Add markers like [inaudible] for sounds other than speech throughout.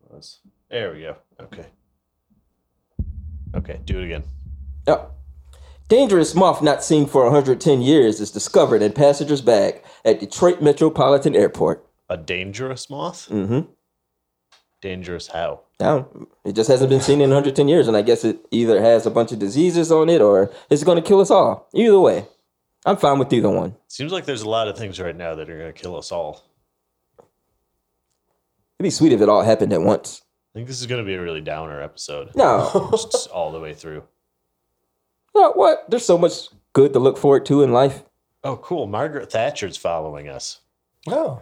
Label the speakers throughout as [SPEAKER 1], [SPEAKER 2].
[SPEAKER 1] buttons. There we go. Okay. Okay, do it again.
[SPEAKER 2] Oh. Dangerous moth not seen for 110 years is discovered in passenger's bag at Detroit Metropolitan Airport.
[SPEAKER 1] A dangerous moth?
[SPEAKER 2] Mm-hmm.
[SPEAKER 1] Dangerous how?
[SPEAKER 2] Down. It just hasn't been seen in 110 years, and I guess it either has a bunch of diseases on it or it's going to kill us all. Either way, I'm fine with either one.
[SPEAKER 1] Seems like there's a lot of things right now that are going to kill us all.
[SPEAKER 2] It'd be sweet if it all happened at once.
[SPEAKER 1] I think this is going to be a really downer episode.
[SPEAKER 2] No.
[SPEAKER 1] [laughs] Just all the way through.
[SPEAKER 2] no, what? There's so much good to look forward to in life.
[SPEAKER 1] Oh, cool. Margaret Thatcher's following us
[SPEAKER 3] Oh,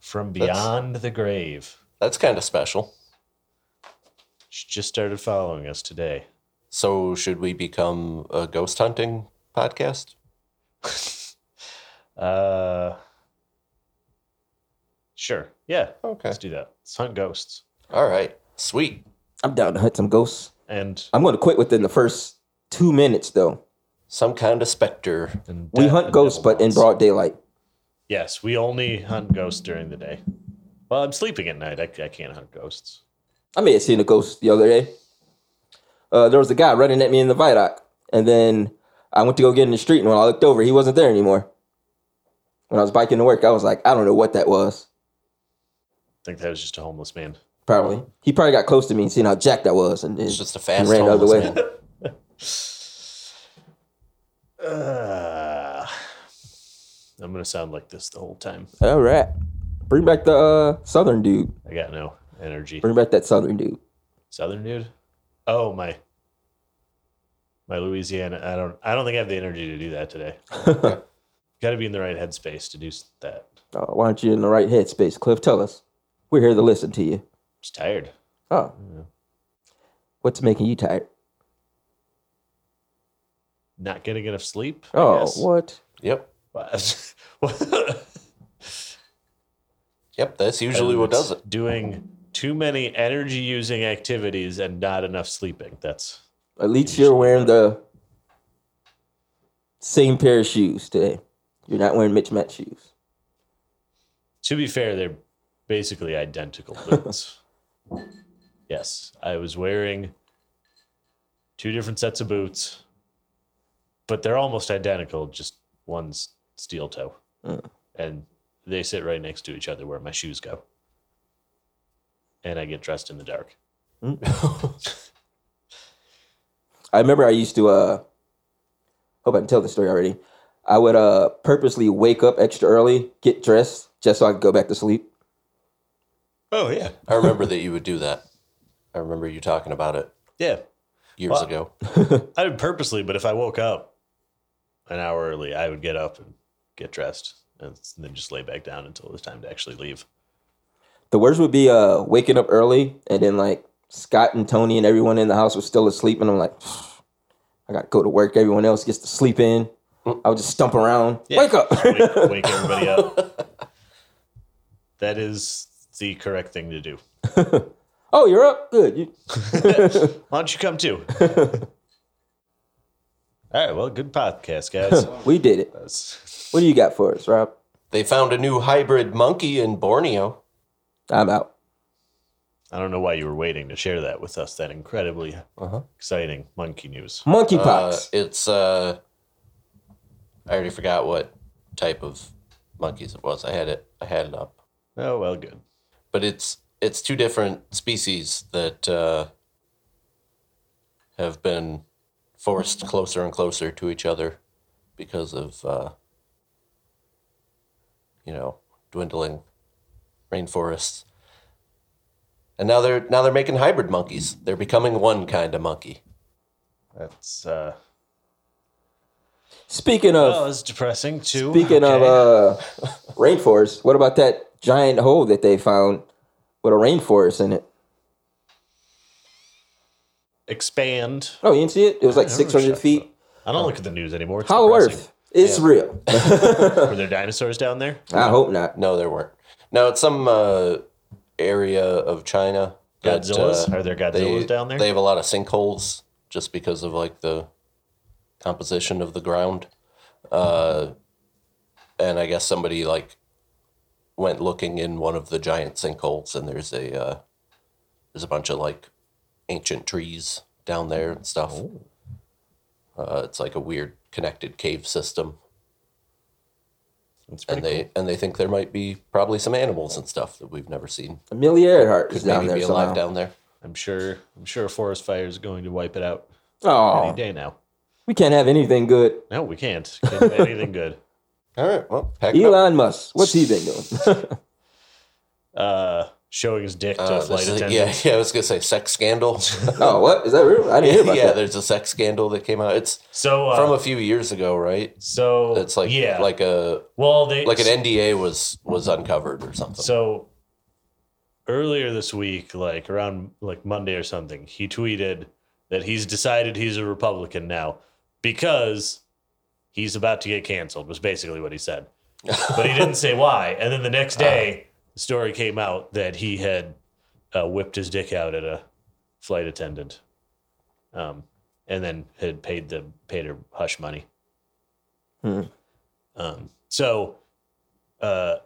[SPEAKER 1] from
[SPEAKER 3] That's-
[SPEAKER 1] beyond the grave.
[SPEAKER 3] that's kind of special.
[SPEAKER 1] She just started following us today.
[SPEAKER 3] So, should we become a ghost hunting podcast?
[SPEAKER 1] Uh, sure. Yeah.
[SPEAKER 2] Oh,
[SPEAKER 3] Okay.
[SPEAKER 1] Let's do that. Let's hunt ghosts.
[SPEAKER 3] All right. Sweet.
[SPEAKER 2] I'm down to hunt some ghosts.
[SPEAKER 1] And,
[SPEAKER 2] I'm going to quit within the first two minutes, though.
[SPEAKER 3] Some kind of specter.
[SPEAKER 1] and
[SPEAKER 2] We
[SPEAKER 1] death
[SPEAKER 2] hunt
[SPEAKER 1] and
[SPEAKER 2] ghosts,
[SPEAKER 1] devil
[SPEAKER 2] but in
[SPEAKER 1] moths.
[SPEAKER 2] broad daylight.
[SPEAKER 1] Yes, we only hunt ghosts during the day. Well, I'm sleeping at night. I, I can't hunt ghosts.
[SPEAKER 2] I may have seen a ghost the other day. Uh, there was a guy running at me in the viaduct, and then I went to go get in the street, and when I looked over, he wasn't there anymore. When I was biking to work, I was like, I don't know what that was.
[SPEAKER 1] I think that was just a homeless man.
[SPEAKER 2] Probably he probably got close to me and seen how jacked I was, and, and
[SPEAKER 3] It's just a fast
[SPEAKER 2] ran the other
[SPEAKER 3] homeless
[SPEAKER 2] way.
[SPEAKER 3] man.
[SPEAKER 1] Uh, I'm going to sound like this the whole time.
[SPEAKER 2] [laughs] all right, bring back the uh, southern dude.
[SPEAKER 1] I got no energy.
[SPEAKER 2] Bring back that southern dude.
[SPEAKER 1] Southern dude? Oh, my. My Louisiana. I don't I don't think I have the energy to do that today. Got to be in the right headspace to do s- that.
[SPEAKER 2] Uh, why aren't you in the right headspace, Cliff? Tell us. We're here to listen to you.
[SPEAKER 1] Just tired.
[SPEAKER 2] Oh, what's making you tired?
[SPEAKER 1] Not getting enough sleep. I
[SPEAKER 2] Oh,
[SPEAKER 1] guess.
[SPEAKER 2] what?
[SPEAKER 3] Yep.
[SPEAKER 1] [laughs] what?
[SPEAKER 3] Yep. That's usually what does it.
[SPEAKER 1] Doing too many energy using activities and not enough sleeping. That's
[SPEAKER 2] At least you're wearing the same pair of shoes today. You're not wearing Mitch Matt shoes.
[SPEAKER 1] to be fair, they're basically
[SPEAKER 3] [laughs]
[SPEAKER 1] identical boots. yes, I was wearing two different sets of boots, but they're almost identical, just one's steel toe.
[SPEAKER 3] Hmm.
[SPEAKER 2] Mm.
[SPEAKER 1] And they sit right next to each other where my shoes go. And I get dressed in the dark.
[SPEAKER 2] I remember I used to uh hope I can tell this story already. I would uh purposely wake up extra early, get dressed, just so I could go back to sleep.
[SPEAKER 1] Oh, yeah.
[SPEAKER 3] I remember that you would do that. I remember you talking about it
[SPEAKER 1] Yeah.
[SPEAKER 3] years
[SPEAKER 1] Well-
[SPEAKER 3] ago.
[SPEAKER 1] I did purposely, but if I woke up an hour early, I would get up and get dressed and then just lay back down until it was time to actually leave.
[SPEAKER 2] The worst would be uh waking up early and then like Scott and Tony and everyone in the house was still asleep and I'm like I gotta go to work, everyone else gets to sleep in. I would just stump around.
[SPEAKER 1] Yeah.
[SPEAKER 2] Wake up. [laughs]
[SPEAKER 1] Wake, wake everybody up. That is the correct thing to
[SPEAKER 2] [laughs]
[SPEAKER 1] do.
[SPEAKER 2] oh, you're up? Good. You,
[SPEAKER 1] Why don't you come
[SPEAKER 2] [laughs]
[SPEAKER 1] too? All right. Well, good podcast, guys.
[SPEAKER 2] we did it.
[SPEAKER 1] That's-
[SPEAKER 2] What do you got for us, Rob?
[SPEAKER 3] They found a new hybrid monkey in Borneo.
[SPEAKER 2] I'm out.
[SPEAKER 1] I don't know why you were waiting to share that with us. That incredibly
[SPEAKER 2] Uh-huh.
[SPEAKER 1] exciting monkey news.
[SPEAKER 3] Uh,
[SPEAKER 2] Monkeypox.
[SPEAKER 3] it's uh, I already forgot what type of monkeys it was. I had it. I had it up.
[SPEAKER 1] Oh well, good.
[SPEAKER 3] but it's it's two different species that uh, have been forced closer and closer to each other because of uh, you know dwindling rainforests and now they're now they're making hybrid monkeys they're becoming one kind of monkey
[SPEAKER 1] That's uh,
[SPEAKER 2] speaking of
[SPEAKER 3] oh,
[SPEAKER 1] well, it's depressing too.
[SPEAKER 2] speaking of
[SPEAKER 1] Okay.
[SPEAKER 2] uh, rainforest, what about that giant hole that they found with a rainforest in it?
[SPEAKER 1] expand.
[SPEAKER 2] Oh, you didn't see it? It was like
[SPEAKER 1] I don't know
[SPEAKER 2] 600
[SPEAKER 1] what
[SPEAKER 2] feet.
[SPEAKER 1] I don't look at the news anymore. It's
[SPEAKER 2] Hollow
[SPEAKER 1] depressing.
[SPEAKER 2] Earth. It's real.
[SPEAKER 3] [laughs]
[SPEAKER 1] [laughs] Were there dinosaurs down there?
[SPEAKER 2] I hope not.
[SPEAKER 3] no there weren't no it's some uh, area of china that,
[SPEAKER 1] Godzillas?
[SPEAKER 3] uh,
[SPEAKER 1] Are there Godzillas
[SPEAKER 3] they,
[SPEAKER 1] down there?
[SPEAKER 3] they have a lot of sinkholes just because of like the composition of the ground uh, and i guess somebody like went looking in one of the giant sinkholes and there's a uh, There's a bunch of like ancient trees down there and stuff. Uh, it's like a weird connected cave system,
[SPEAKER 1] That's pretty
[SPEAKER 3] and they and they think there might be probably some animals and stuff that we've never seen.
[SPEAKER 2] Amelia Earhart is
[SPEAKER 3] Could
[SPEAKER 2] down
[SPEAKER 3] maybe
[SPEAKER 2] there
[SPEAKER 3] be alive
[SPEAKER 2] somehow.
[SPEAKER 3] down there.
[SPEAKER 1] cool. I'm sure. I'm sure a forest fire is going to wipe it out any
[SPEAKER 2] Oh,
[SPEAKER 1] day now.
[SPEAKER 2] we can't have anything good.
[SPEAKER 1] No, we can't. Can't do anything
[SPEAKER 3] [laughs]
[SPEAKER 1] good.
[SPEAKER 3] All right, well, pack it up.
[SPEAKER 2] Elon Musk, what's he been
[SPEAKER 3] [laughs]
[SPEAKER 2] doing?
[SPEAKER 1] Uh, showing his dick to
[SPEAKER 3] Uh,
[SPEAKER 1] a flight
[SPEAKER 3] this is-
[SPEAKER 1] attendant.
[SPEAKER 3] yeah, [laughs] yeah, I was gonna say sex
[SPEAKER 1] [laughs]
[SPEAKER 3] scandal. [laughs]
[SPEAKER 2] oh, what is that real? I didn't hear
[SPEAKER 3] yeah,
[SPEAKER 2] about that.
[SPEAKER 3] there's a sex scandal that came out. It's
[SPEAKER 1] So uh,
[SPEAKER 3] from a few years ago, right?
[SPEAKER 1] so
[SPEAKER 3] It's like
[SPEAKER 1] Oh, yeah,
[SPEAKER 3] like a
[SPEAKER 1] well they
[SPEAKER 3] like an NDA was was uncovered or something.
[SPEAKER 1] So earlier this week, like around like Monday or something, he tweeted that he's decided he's a Republican now because he's about to get canceled. Was basically what he said, but he didn't say why. And then the next day, the story came out that he had uh, whipped his dick out at a flight attendant, um, and then had paid the paid her hush money.
[SPEAKER 2] Hmm.
[SPEAKER 1] Um, so. Uh,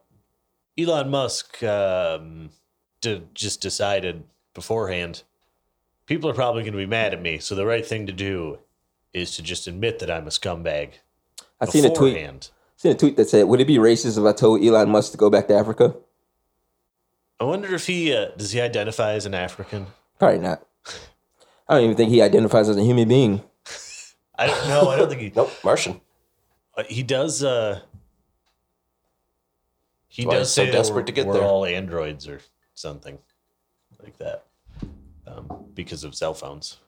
[SPEAKER 1] Elon Musk um, d- just decided beforehand, people are probably going to be mad at me. So the right thing to do is to just admit that I'm a scumbag.
[SPEAKER 2] I seen a tweet.
[SPEAKER 1] beforehand.
[SPEAKER 2] Seen a tweet that said, "Would it be racist if I told Elon Musk to go back to Africa?"
[SPEAKER 1] I wonder if he uh, does he identify as an African.
[SPEAKER 2] Probably not. I don't even think he identifies as a human being.
[SPEAKER 1] I don't know. I don't think he
[SPEAKER 3] nope, Martian.
[SPEAKER 1] uh, he does. Uh, he
[SPEAKER 3] Why
[SPEAKER 1] does
[SPEAKER 3] he's so
[SPEAKER 1] say that
[SPEAKER 3] desperate
[SPEAKER 1] we're,
[SPEAKER 3] to get
[SPEAKER 1] we're
[SPEAKER 3] there.
[SPEAKER 1] all androids or something like that um, because of cell phones.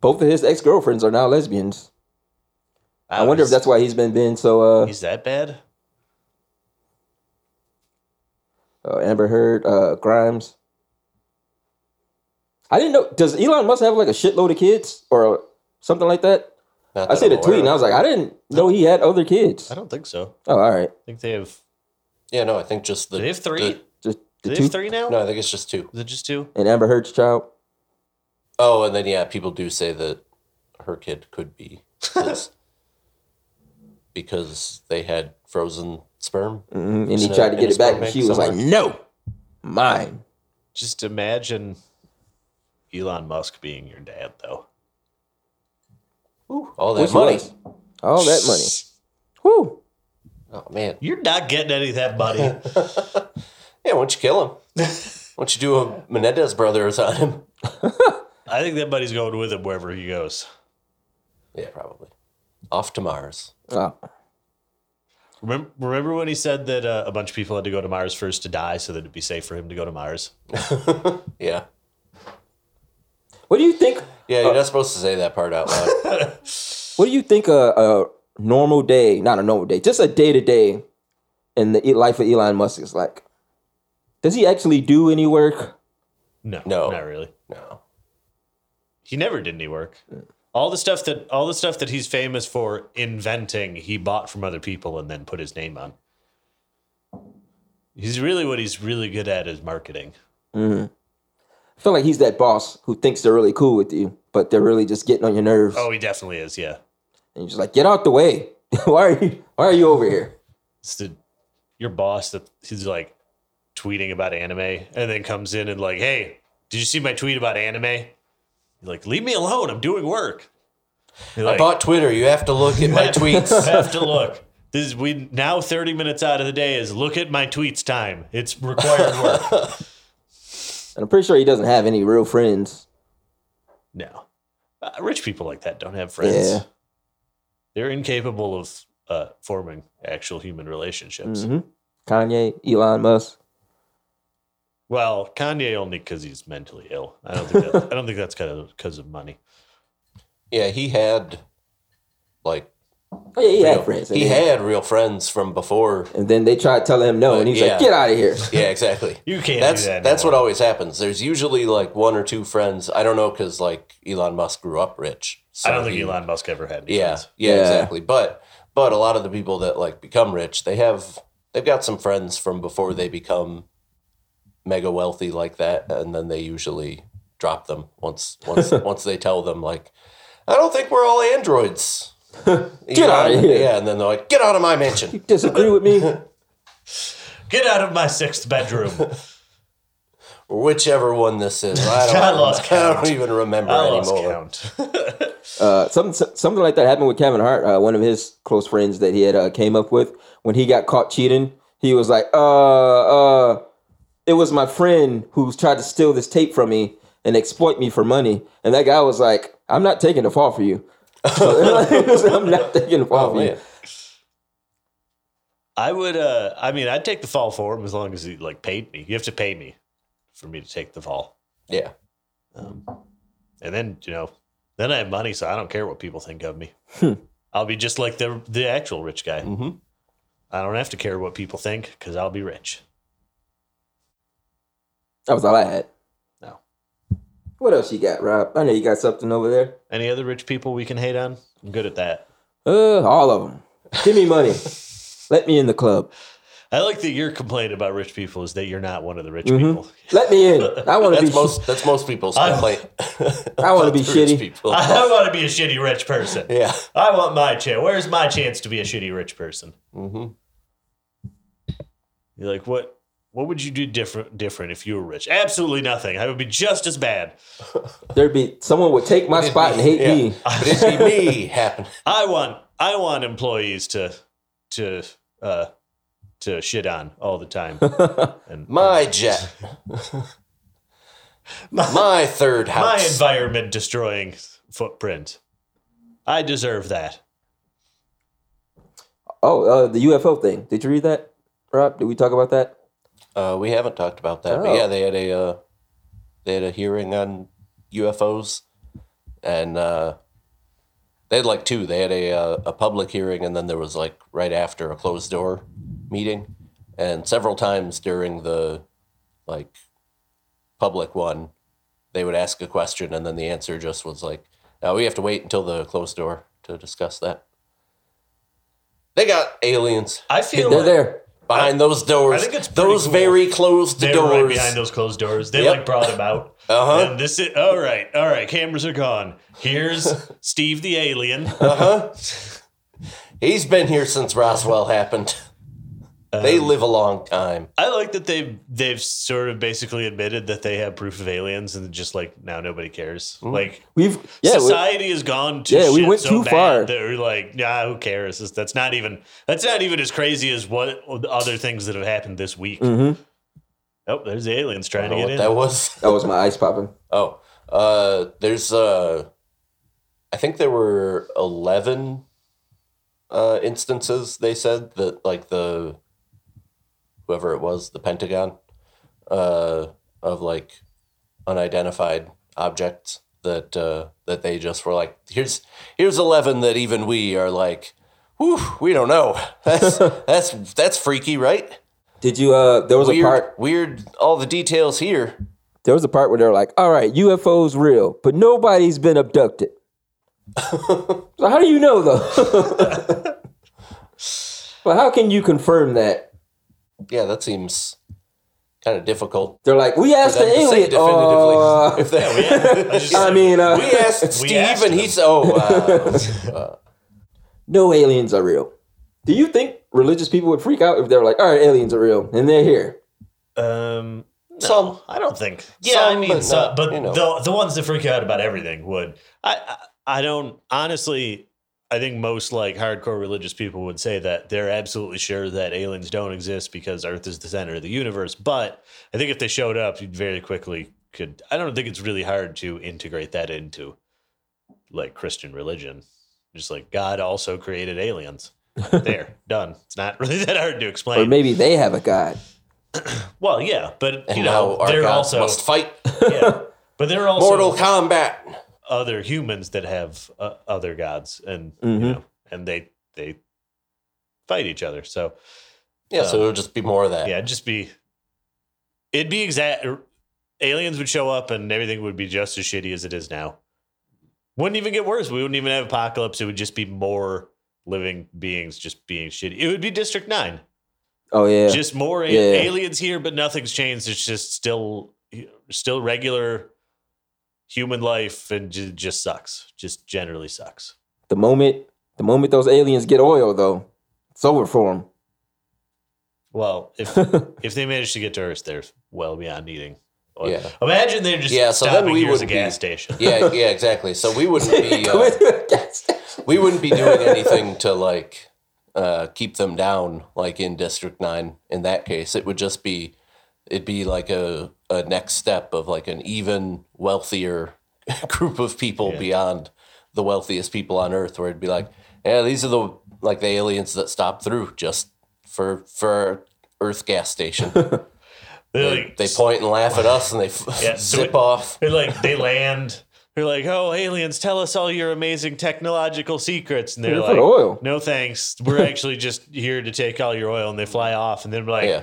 [SPEAKER 2] Both of his ex girlfriends are now lesbians. I wonder if
[SPEAKER 1] he's-
[SPEAKER 2] that's why he's been being so. Uh,
[SPEAKER 1] he's that bad.
[SPEAKER 2] uh, Amber Heard, uh, Grimes. I didn't know. Does Elon Musk have like a shitload of kids or something like that?
[SPEAKER 3] Not
[SPEAKER 2] I
[SPEAKER 3] that
[SPEAKER 2] seen a
[SPEAKER 3] I'm aware
[SPEAKER 2] tweet and I
[SPEAKER 3] of.
[SPEAKER 2] was like, I didn't know he had other kids.
[SPEAKER 1] I don't think so.
[SPEAKER 2] Oh, all right.
[SPEAKER 1] I think they have
[SPEAKER 3] yeah, no, I think just the
[SPEAKER 1] Do they have three?
[SPEAKER 3] the-
[SPEAKER 2] Just
[SPEAKER 1] Do
[SPEAKER 2] the
[SPEAKER 1] they
[SPEAKER 2] two
[SPEAKER 1] have three now?
[SPEAKER 3] no, I think it's just two.
[SPEAKER 1] Is it just two?
[SPEAKER 2] and Amber Heard's child.
[SPEAKER 3] Oh, and then yeah, people do say that her kid could be
[SPEAKER 1] [laughs]
[SPEAKER 3] his because they had frozen sperm.
[SPEAKER 2] hmm And he
[SPEAKER 3] So,
[SPEAKER 2] tried to
[SPEAKER 3] in
[SPEAKER 2] get
[SPEAKER 3] his
[SPEAKER 2] it back,
[SPEAKER 3] sperm
[SPEAKER 2] and she
[SPEAKER 3] bank
[SPEAKER 2] was like,
[SPEAKER 3] somewhere.
[SPEAKER 2] "No, mine."
[SPEAKER 1] Just imagine Elon Musk being your dad, though.
[SPEAKER 3] All
[SPEAKER 2] Which
[SPEAKER 3] that money.
[SPEAKER 2] was all that money. Whew.
[SPEAKER 3] Oh man.
[SPEAKER 1] You're not getting any of that money.
[SPEAKER 3] Yeah, why don't
[SPEAKER 1] [laughs]
[SPEAKER 3] you kill him? why don't you do a Menendez brothers on him?
[SPEAKER 1] I think that money's going with him wherever he goes.
[SPEAKER 3] Yeah, probably. Off to Mars.
[SPEAKER 2] Oh,
[SPEAKER 1] Remember, remember when he said that uh, a bunch of people had to go to Mars first to die so that it'd be safe for him to go to Mars?
[SPEAKER 3] Yeah.
[SPEAKER 2] What do you think?
[SPEAKER 3] Yeah,
[SPEAKER 1] Uh,
[SPEAKER 3] you're not supposed to say that part out
[SPEAKER 1] [laughs]
[SPEAKER 3] loud.
[SPEAKER 2] What do you think a, a normal day, not a normal day, just a day to day in the e- life of Elon Musk is like? Does he actually do any work?
[SPEAKER 1] No,
[SPEAKER 3] No.
[SPEAKER 1] not really.
[SPEAKER 3] no.
[SPEAKER 1] He never did any work. All the stuff that all the stuff that he's famous for inventing, he bought from other people and then put his name on. He's really what he's really good at is marketing.
[SPEAKER 2] I feel like he's that boss who thinks they're really cool with you, but they're really just getting on your nerves.
[SPEAKER 1] Oh, he definitely is. Yeah.
[SPEAKER 2] And you're just like, "Get out the way! [laughs] why are you? Why are you over here?"
[SPEAKER 1] it's the your boss that he's like tweeting about anime and then comes in and like, hey, did you see my tweet about anime? You're like, leave me alone. I'm doing work. You're
[SPEAKER 3] I
[SPEAKER 1] like,
[SPEAKER 3] bought Twitter. You have to look at
[SPEAKER 1] [laughs] I
[SPEAKER 3] my tweets.
[SPEAKER 1] have to look. This is we now 30 minutes out of the day is look at my tweets time. It's required
[SPEAKER 3] [laughs]
[SPEAKER 1] work.
[SPEAKER 2] And I'm pretty sure he doesn't have any real friends.
[SPEAKER 1] no. Uh, rich people like that don't have friends.
[SPEAKER 2] Yeah.
[SPEAKER 1] They're incapable of uh, forming actual human relationships.
[SPEAKER 3] Mm-hmm.
[SPEAKER 2] hmm Kanye, Elon Musk.
[SPEAKER 1] Well, Kanye only because he's mentally ill. I don't think that, I don't think that's because of money.
[SPEAKER 3] yeah, he had like
[SPEAKER 2] Oh yeah, he
[SPEAKER 3] real-
[SPEAKER 2] had friends. And
[SPEAKER 3] he
[SPEAKER 2] then,
[SPEAKER 3] had real friends from before.
[SPEAKER 2] and then they tried telling him no, and he's
[SPEAKER 3] Yeah.
[SPEAKER 2] like, "Get out of here."
[SPEAKER 3] Yeah, exactly.
[SPEAKER 1] You [laughs] can't.
[SPEAKER 3] that's
[SPEAKER 1] do that
[SPEAKER 3] that's what
[SPEAKER 1] anymore.
[SPEAKER 3] always happens. There's usually like one or two friends. I don't know because like Elon Musk grew up rich. So
[SPEAKER 1] I don't think
[SPEAKER 3] he-
[SPEAKER 1] Elon Musk ever had. Any
[SPEAKER 3] Yeah,
[SPEAKER 1] friends.
[SPEAKER 3] yeah,
[SPEAKER 2] Yeah.
[SPEAKER 3] exactly. But but a lot of the people that like become rich, they have they've got some friends from before they become mega wealthy like that, and then they usually drop them once
[SPEAKER 1] [laughs]
[SPEAKER 3] once once they tell them like, I don't think we're
[SPEAKER 1] [laughs]
[SPEAKER 3] all androids. Elon,
[SPEAKER 2] outta here.
[SPEAKER 3] Yeah, and then they're like, get out of
[SPEAKER 1] [laughs]
[SPEAKER 3] my mansion. [laughs]
[SPEAKER 2] Disagree with me?
[SPEAKER 1] Get out of my sixth bedroom.
[SPEAKER 3] or whichever one
[SPEAKER 1] [laughs]
[SPEAKER 3] this is. I don't,
[SPEAKER 1] I lost
[SPEAKER 3] [laughs] I don't
[SPEAKER 1] count.
[SPEAKER 3] even remember
[SPEAKER 1] I lost
[SPEAKER 3] anymore.
[SPEAKER 1] count.
[SPEAKER 2] Uh, some, some- something like that happened with Kevin Hart, uh, one of his close friends that he had uh, came up with. When he got caught cheating, he was like, uh, uh, it was my friend who's tried to steal this tape from me and exploit me for money. And that guy was like, I'm not taking the fall for you. [laughs] I'm not taking the fall
[SPEAKER 3] [laughs] Oh,
[SPEAKER 2] for you.
[SPEAKER 3] man.
[SPEAKER 1] I would. uh I mean, I'd take the fall for him as long as he like paid me. You have to pay me for me to take the fall,
[SPEAKER 3] Yeah.
[SPEAKER 1] um, and then you know, then I have money, so I don't care what people think of me. I'll be just like the the actual rich guy.
[SPEAKER 3] Hmm. Mm-hmm.
[SPEAKER 1] I don't have to care what people think because I'll be rich.
[SPEAKER 2] That was all I had.
[SPEAKER 1] No.
[SPEAKER 2] What else you got, Rob? I know you got something over there.
[SPEAKER 1] Any other rich people we can hate on? I'm good at that.
[SPEAKER 2] Uh, all of them. Give me
[SPEAKER 3] [laughs]
[SPEAKER 2] money. Let me in the club.
[SPEAKER 1] I like that your complaint about rich people is that you're not one of the rich
[SPEAKER 3] Mm-hmm.
[SPEAKER 1] people. [laughs]
[SPEAKER 2] Let me in. I want to be.
[SPEAKER 3] That's
[SPEAKER 2] sh-
[SPEAKER 3] most that's most people's
[SPEAKER 1] I-
[SPEAKER 3] complaint.
[SPEAKER 1] [laughs]
[SPEAKER 2] I
[SPEAKER 3] [laughs]
[SPEAKER 2] want to be
[SPEAKER 3] about the rich
[SPEAKER 2] shitty.
[SPEAKER 3] people.
[SPEAKER 1] I want to be a shitty rich person.
[SPEAKER 3] yeah.
[SPEAKER 1] I want my chance. Where's my chance to be a shitty rich person?
[SPEAKER 3] Mm-hmm.
[SPEAKER 1] You're like, what? What would you do different different if you were rich? Absolutely nothing. I would be just as bad.
[SPEAKER 2] There'd be someone would take my spot and hate
[SPEAKER 3] Yeah.
[SPEAKER 2] me.
[SPEAKER 3] [laughs] But it'd be me happen.
[SPEAKER 1] I want I want employees to to uh to shit on all the time. And
[SPEAKER 3] My jet.
[SPEAKER 1] My-
[SPEAKER 3] My third
[SPEAKER 1] my
[SPEAKER 3] house.
[SPEAKER 1] environment destroying footprint. I deserve that.
[SPEAKER 2] Oh, uh, the UFO thing. Did you read that, Rob? Did we talk about that?
[SPEAKER 3] uh, we haven't talked about that, but
[SPEAKER 2] Oh.
[SPEAKER 3] yeah, they had a uh, they had a hearing on UFOs, and uh, they had like two. They had a uh, a public hearing, and then there was like right after a closed door meeting, and several times during the like public one, they would ask a question, and then the answer just was like, "Now we have to wait until the closed door to discuss that." They got aliens
[SPEAKER 1] I feel
[SPEAKER 2] They're
[SPEAKER 1] like
[SPEAKER 2] there.
[SPEAKER 3] behind those doors.
[SPEAKER 1] I think it's pretty
[SPEAKER 3] those
[SPEAKER 1] cool.
[SPEAKER 3] very closed
[SPEAKER 1] they
[SPEAKER 3] doors.
[SPEAKER 1] were right behind those closed doors. They
[SPEAKER 3] Yep.
[SPEAKER 1] like brought him out.
[SPEAKER 3] Uh huh.
[SPEAKER 1] And this is all right, all right, cameras are gone. Here's Steve the alien.
[SPEAKER 3] Uh huh. He's been here since Roswell happened. they
[SPEAKER 1] Um,
[SPEAKER 3] live a long time.
[SPEAKER 1] I like that they've they've sort of basically admitted that they have proof of aliens and just like now nobody cares. Like
[SPEAKER 2] We've Mm-hmm. yeah. we-
[SPEAKER 1] society has gone to
[SPEAKER 2] Yeah, we
[SPEAKER 1] shit
[SPEAKER 2] went
[SPEAKER 1] so
[SPEAKER 2] too
[SPEAKER 1] bad
[SPEAKER 2] far.
[SPEAKER 1] that we're like, nah, who cares? It's- That's not even that's not even as crazy as what the other things that have happened this week.
[SPEAKER 2] Mhm.
[SPEAKER 1] Oh, there's the aliens
[SPEAKER 3] I
[SPEAKER 1] trying
[SPEAKER 3] don't
[SPEAKER 1] to
[SPEAKER 3] know
[SPEAKER 1] get
[SPEAKER 3] what
[SPEAKER 1] in.
[SPEAKER 3] that was.
[SPEAKER 2] That was my ice popping.
[SPEAKER 3] Oh, uh, there's uh, I think there were eleven uh, instances. They said that like the whoever it was, the Pentagon, uh, of like unidentified objects that uh, that they just were like, here's here's eleven that even we are like, whew, we don't know. [laughs] That's that's that's freaky, right?
[SPEAKER 2] Did you? Uh, there was
[SPEAKER 3] Weird,
[SPEAKER 2] a part.
[SPEAKER 3] weird. All the details here.
[SPEAKER 2] There was a part where they were like, "All right, UFOs real, but nobody's been
[SPEAKER 3] [laughs]
[SPEAKER 2] abducted." so how do you know though?
[SPEAKER 3] [laughs]
[SPEAKER 2] well, how can you confirm that?
[SPEAKER 3] yeah, that seems kind of difficult.
[SPEAKER 2] They're like, "We asked
[SPEAKER 3] for
[SPEAKER 2] the
[SPEAKER 3] them to say
[SPEAKER 2] alien." Uh,
[SPEAKER 3] definitively. if
[SPEAKER 1] [laughs]
[SPEAKER 3] they,
[SPEAKER 1] Yeah, I just-
[SPEAKER 2] [laughs] I mean, uh,
[SPEAKER 3] [laughs] we asked
[SPEAKER 1] We
[SPEAKER 3] Steve,
[SPEAKER 1] asked
[SPEAKER 3] and
[SPEAKER 1] them.
[SPEAKER 3] he's oh,
[SPEAKER 2] [laughs]
[SPEAKER 3] uh, uh,
[SPEAKER 2] no aliens are real. Do you think religious people would freak out if they were like, "All right, aliens are real and they're here"?
[SPEAKER 1] Um, no,
[SPEAKER 3] Some.
[SPEAKER 1] I don't think.
[SPEAKER 3] Yeah,
[SPEAKER 1] some,
[SPEAKER 3] I mean,
[SPEAKER 1] but, some,
[SPEAKER 3] not-
[SPEAKER 1] but
[SPEAKER 3] you know.
[SPEAKER 1] the the ones that freak out about everything would. I, I I don't honestly. I think most like hardcore religious people would say that they're absolutely sure that aliens don't exist because Earth is the center of the universe. But I think if they showed up, you very quickly could. I don't think it's really hard to integrate that into like Christian religion. Just like God also created [laughs] aliens. there, done. It's not really [laughs] that hard to explain.
[SPEAKER 2] Or maybe they have a god.
[SPEAKER 1] Well, yeah, but
[SPEAKER 3] and
[SPEAKER 1] you
[SPEAKER 3] now
[SPEAKER 1] know,
[SPEAKER 3] our
[SPEAKER 1] they're
[SPEAKER 3] gods
[SPEAKER 1] also
[SPEAKER 3] must fight
[SPEAKER 1] yeah, but there are also
[SPEAKER 3] Mortal Kombat.
[SPEAKER 1] other humans that have uh, other gods, and you
[SPEAKER 2] Mhm.
[SPEAKER 1] know, and they they fight each other. So
[SPEAKER 3] Yeah, so
[SPEAKER 1] Um,
[SPEAKER 3] it'll just be more of that.
[SPEAKER 1] yeah, it'd just be it'd be exact. Aliens would show up, and everything would be just as shitty as it is now. Wouldn't even get worse. We wouldn't even have apocalypse. It would just be more living beings just being shitty. It would be District Nine.
[SPEAKER 2] Oh yeah.
[SPEAKER 1] just more a-
[SPEAKER 2] Yeah, yeah.
[SPEAKER 1] aliens here, but nothing's changed. It's just still still regular human life, and ju- just sucks. Just generally sucks.
[SPEAKER 2] the moment the moment those aliens get oil though it's over for [laughs] them
[SPEAKER 3] [laughs]
[SPEAKER 1] Well, if if they manage to get to Earth, they're well beyond needing
[SPEAKER 3] Yeah.
[SPEAKER 1] Imagine they're just
[SPEAKER 3] Yeah, so then
[SPEAKER 1] stopping
[SPEAKER 3] we
[SPEAKER 1] here as a
[SPEAKER 3] would
[SPEAKER 1] gas
[SPEAKER 3] be- [laughs]
[SPEAKER 1] station.
[SPEAKER 3] Yeah, yeah, exactly. So we wouldn't
[SPEAKER 2] [laughs]
[SPEAKER 3] be
[SPEAKER 2] Come
[SPEAKER 3] uh,
[SPEAKER 2] into a gas station.
[SPEAKER 3] we wouldn't be doing anything to like uh, keep them down, like in District Nine. In that case, it would just be it'd be like a, a next step of like an even wealthier [laughs] group of people
[SPEAKER 1] Yeah.
[SPEAKER 3] beyond the wealthiest people on Earth, where it'd be like, yeah, these are the like the aliens that stop through just for for Earth
[SPEAKER 1] [laughs]
[SPEAKER 3] gas station.
[SPEAKER 1] They're
[SPEAKER 3] they,
[SPEAKER 1] like,
[SPEAKER 3] they point and laugh at us, and they f-
[SPEAKER 1] Yeah, so
[SPEAKER 3] [laughs] zip
[SPEAKER 1] it- [laughs]
[SPEAKER 3] off.
[SPEAKER 1] They're like they land. They're like, "Oh, aliens, tell us all your amazing technological secrets." And they're
[SPEAKER 2] They're for
[SPEAKER 1] like,
[SPEAKER 2] oil.
[SPEAKER 1] "No thanks.
[SPEAKER 3] [laughs]
[SPEAKER 1] We're actually just here to take all your oil." And they fly off. And they're like,
[SPEAKER 3] Yeah,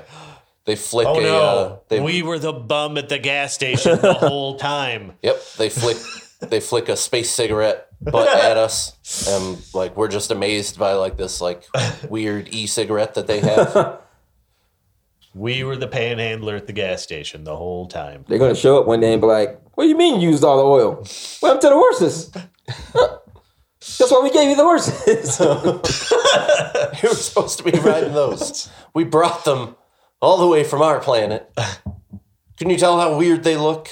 [SPEAKER 3] they flick
[SPEAKER 1] "Oh
[SPEAKER 3] a
[SPEAKER 1] no,
[SPEAKER 3] uh, they
[SPEAKER 1] we were the bum at the gas station the [laughs] whole time."
[SPEAKER 3] Yep, they flick they flick a space cigarette butt at us, and like we're just amazed by like this like weird e-cigarette that they have. [laughs]
[SPEAKER 1] We were the panhandler at the gas station the whole time.
[SPEAKER 2] They're gonna show up one day and be like, "What do you mean you used all the oil? What happened to the horses? [laughs] That's why we gave you the horses." [laughs]
[SPEAKER 3] we were supposed to be riding those. We brought them all the way from our planet. Can you tell how weird they look?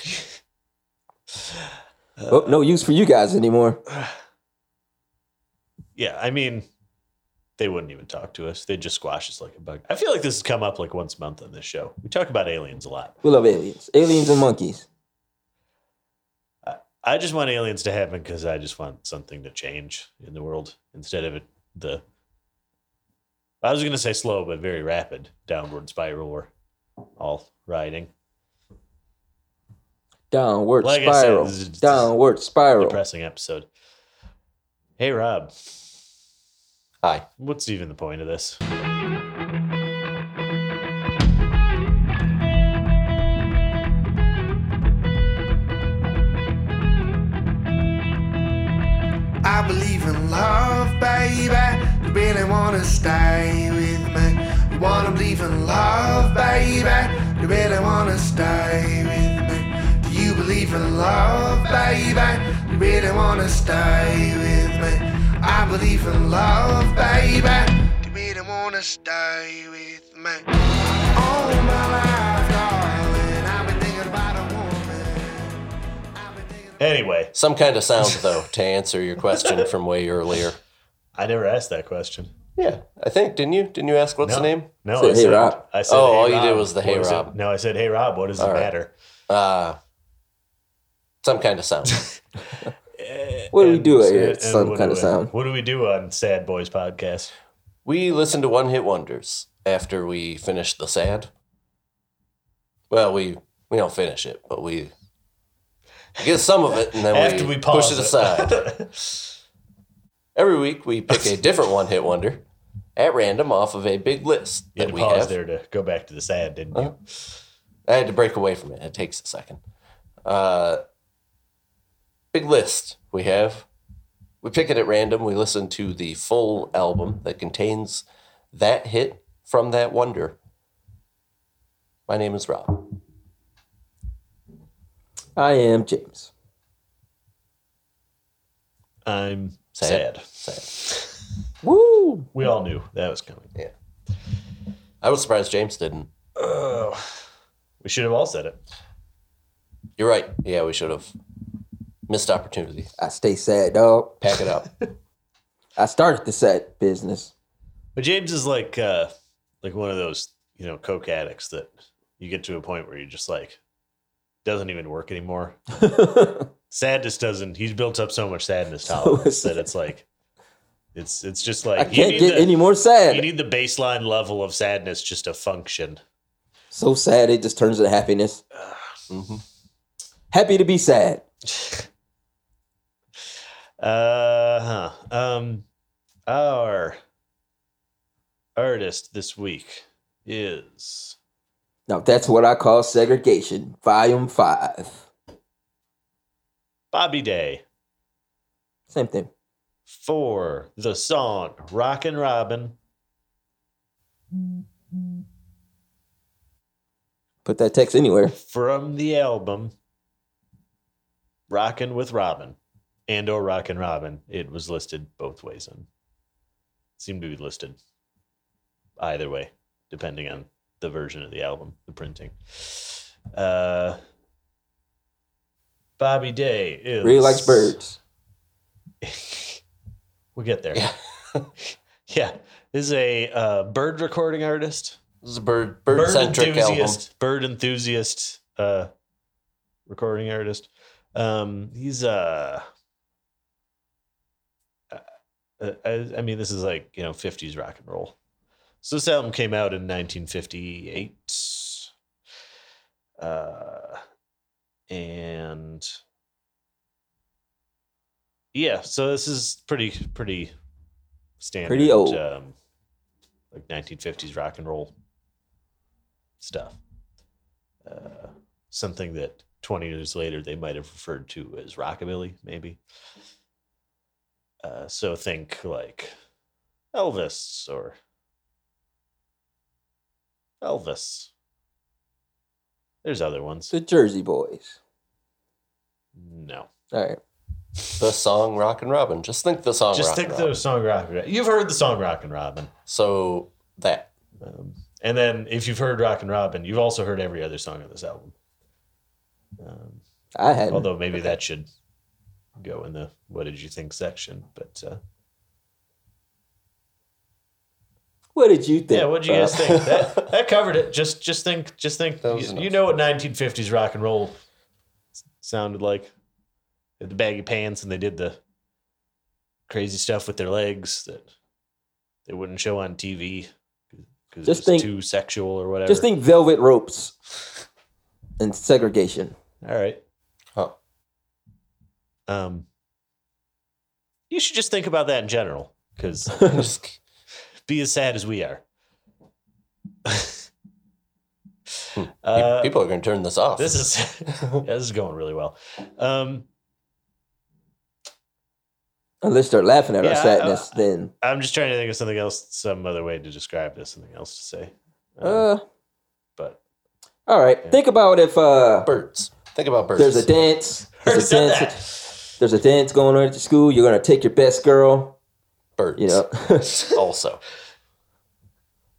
[SPEAKER 2] oh, no use for you guys anymore.
[SPEAKER 1] Yeah, I mean, they wouldn't even talk to us. They'd just squash us like a bug. I feel like this has come up like once a month on this show. We talk about aliens a lot.
[SPEAKER 2] We love aliens, aliens and monkeys.
[SPEAKER 1] I just want aliens to happen because I just want something to change in the world instead of it the. I was going to say slow, but very rapid downward spiral we're all riding.
[SPEAKER 2] Downward
[SPEAKER 1] Like I said,
[SPEAKER 2] spiral.
[SPEAKER 1] this is-
[SPEAKER 2] Downward spiral.
[SPEAKER 1] Depressing episode. Hey, Rob,
[SPEAKER 3] Hi.
[SPEAKER 1] what's even the point of this?
[SPEAKER 4] I believe in love, baby. You really wanna stay with me. You wanna believe in love, baby. You really wanna stay with me. Do you believe in love, baby? You really wanna stay with me. I believe in love, baby. You really wanna stay with me. All my life, darling, I've been thinking about a woman. I've been thinking
[SPEAKER 1] Anyway,
[SPEAKER 3] Some kind of sound though to answer your question from way earlier.
[SPEAKER 1] I never asked that question.
[SPEAKER 3] Yeah, I think didn't you? Didn't you ask what's
[SPEAKER 1] No.
[SPEAKER 3] the name?
[SPEAKER 1] No,
[SPEAKER 2] Said,
[SPEAKER 1] I
[SPEAKER 2] "Hey,
[SPEAKER 1] said,
[SPEAKER 2] Rob."
[SPEAKER 1] I said,
[SPEAKER 3] Oh,
[SPEAKER 1] "Hey,
[SPEAKER 3] all you did
[SPEAKER 1] Rob,
[SPEAKER 3] was the, "Hey,
[SPEAKER 1] what does it-"
[SPEAKER 3] Rob.
[SPEAKER 1] No, I said, hey, Rob, what does it
[SPEAKER 3] All right.
[SPEAKER 1] matter?
[SPEAKER 3] Uh, some kind of sound.
[SPEAKER 2] What do we
[SPEAKER 1] And-
[SPEAKER 2] do out here?
[SPEAKER 1] and
[SPEAKER 2] It's some
[SPEAKER 1] what
[SPEAKER 2] kind of
[SPEAKER 1] do we-
[SPEAKER 2] sound.
[SPEAKER 1] What do we do on Sad Boys Podcast?
[SPEAKER 3] We listen to One Hit Wonders after we finish the sad. Well, we we don't finish it, but we get some of it and then
[SPEAKER 1] After
[SPEAKER 3] we,
[SPEAKER 1] we
[SPEAKER 3] push
[SPEAKER 1] pause
[SPEAKER 3] it
[SPEAKER 1] it.
[SPEAKER 3] aside.
[SPEAKER 1] [laughs]
[SPEAKER 3] Every week we pick a different one hit wonder at random off of a big list
[SPEAKER 1] You had
[SPEAKER 3] that
[SPEAKER 1] to
[SPEAKER 3] we
[SPEAKER 1] pause
[SPEAKER 3] have. Uh-huh.
[SPEAKER 1] there to go back to the sad, didn't you?
[SPEAKER 3] I had to break away from it. It takes a second. Uh, big list we have. We pick it at random. We listen to the full album that contains that hit from that wonder. My name is Rob.
[SPEAKER 2] I am James.
[SPEAKER 1] I'm
[SPEAKER 3] Sad.
[SPEAKER 1] sad.
[SPEAKER 3] Sad.
[SPEAKER 2] Woo!
[SPEAKER 1] We all knew that was coming.
[SPEAKER 3] Yeah. I was surprised James didn't.
[SPEAKER 1] We should have all said it.
[SPEAKER 3] You're right. Yeah, we should have missed opportunity.
[SPEAKER 2] I stay sad, dog.
[SPEAKER 3] Pack
[SPEAKER 1] [laughs]
[SPEAKER 3] it up.
[SPEAKER 2] I started the sad business.
[SPEAKER 1] But James is like uh like one of those, you know, coke addicts that you get to a point where you just like doesn't even work
[SPEAKER 2] [laughs]
[SPEAKER 1] anymore. Sadness doesn't. He's built up so much sadness tolerance
[SPEAKER 2] sad.
[SPEAKER 1] that it's like it's it's just
[SPEAKER 2] I
[SPEAKER 1] like you
[SPEAKER 2] can't
[SPEAKER 1] need
[SPEAKER 2] get
[SPEAKER 1] the-
[SPEAKER 2] any more
[SPEAKER 1] You
[SPEAKER 2] sad.
[SPEAKER 1] need the baseline level of sadness just to function.
[SPEAKER 2] So sad it just turns into happiness.
[SPEAKER 3] Mhm.
[SPEAKER 2] Happy to be sad.
[SPEAKER 1] Uh huh. Um, our artist this week is
[SPEAKER 2] Now that's what I call segregation. Volume five.
[SPEAKER 1] Bobby Day
[SPEAKER 2] Same thing.
[SPEAKER 1] for the song Rockin' Robin.
[SPEAKER 2] Put that text anywhere.
[SPEAKER 1] from the album Rockin' with Robin and or Rockin' Robin. It was listed both ways on seemed to be listed either way, depending on the version of the album, the printing. Uh Bobby Day is
[SPEAKER 2] Really likes birds.
[SPEAKER 1] We'll get there. Yeah,
[SPEAKER 3] Yeah.
[SPEAKER 1] [laughs] this is a uh, bird recording artist,
[SPEAKER 3] This is a bird bird centric album.
[SPEAKER 1] enthusiast, bird enthusiast, uh, recording artist. Um, he's uh, uh, I, I mean, this is like you know '50s rock and roll. So this album came out in 1958, uh, and yeah, so this is pretty pretty standard,
[SPEAKER 2] Pretty old.
[SPEAKER 1] um, like 1950s rock and roll stuff. Uh, something that 20 years later they might have referred to as rockabilly, maybe. Uh, so think like Elvis or Elvis. There's other ones.
[SPEAKER 2] The Jersey Boys.
[SPEAKER 1] No.
[SPEAKER 2] All right.
[SPEAKER 3] The song Rock and Robin. Just think the song
[SPEAKER 1] Just
[SPEAKER 3] Rock
[SPEAKER 1] think
[SPEAKER 3] and
[SPEAKER 1] the
[SPEAKER 3] Robin.
[SPEAKER 1] song Rock and Robin. You've heard the song Rock and Robin.
[SPEAKER 3] So
[SPEAKER 1] [laughs]
[SPEAKER 3] that.
[SPEAKER 1] Um, and then if you've heard Rock and Robin, you've also heard every other song on this album. Um,
[SPEAKER 2] I hadn't.
[SPEAKER 1] although maybe that should go in the what did you think section. But uh,
[SPEAKER 2] what did you think?
[SPEAKER 1] yeah, what would you
[SPEAKER 2] Bob?
[SPEAKER 1] guys think? That, that covered it. Just just think just think
[SPEAKER 3] That was
[SPEAKER 1] you,
[SPEAKER 3] enough.
[SPEAKER 1] you know what 1950s rock and roll s- sounded like. They had the baggy pants and they did the crazy stuff with their legs that they wouldn't show on TV because
[SPEAKER 2] Just
[SPEAKER 1] it's
[SPEAKER 2] think-
[SPEAKER 1] too sexual or whatever.
[SPEAKER 2] Just think velvet ropes and segregation.
[SPEAKER 1] All right.
[SPEAKER 3] Huh.
[SPEAKER 1] Um, you should just think about that in general because
[SPEAKER 3] Just-
[SPEAKER 1] be as sad as we are. [laughs]
[SPEAKER 3] Hmm.
[SPEAKER 1] Uh,
[SPEAKER 3] people are going to turn this off.
[SPEAKER 1] this is [laughs] yeah, this is going really well. Um,
[SPEAKER 2] Unless they're laughing at
[SPEAKER 1] Yeah,
[SPEAKER 2] our
[SPEAKER 1] I-
[SPEAKER 2] sadness, then
[SPEAKER 1] I'm just trying to think of something else, some other way to describe this, something else to say. Um,
[SPEAKER 2] uh,
[SPEAKER 1] but
[SPEAKER 2] all right.
[SPEAKER 1] yeah.
[SPEAKER 2] Think about if uh,
[SPEAKER 3] birds. Think about birds.
[SPEAKER 2] there's a dance.
[SPEAKER 1] Who
[SPEAKER 2] There's a
[SPEAKER 1] said
[SPEAKER 2] dance.
[SPEAKER 1] that?
[SPEAKER 2] There's a dance going on at your school. You're gonna take your best girl.
[SPEAKER 3] birds.
[SPEAKER 2] You know, [laughs]
[SPEAKER 1] [laughs]
[SPEAKER 3] also.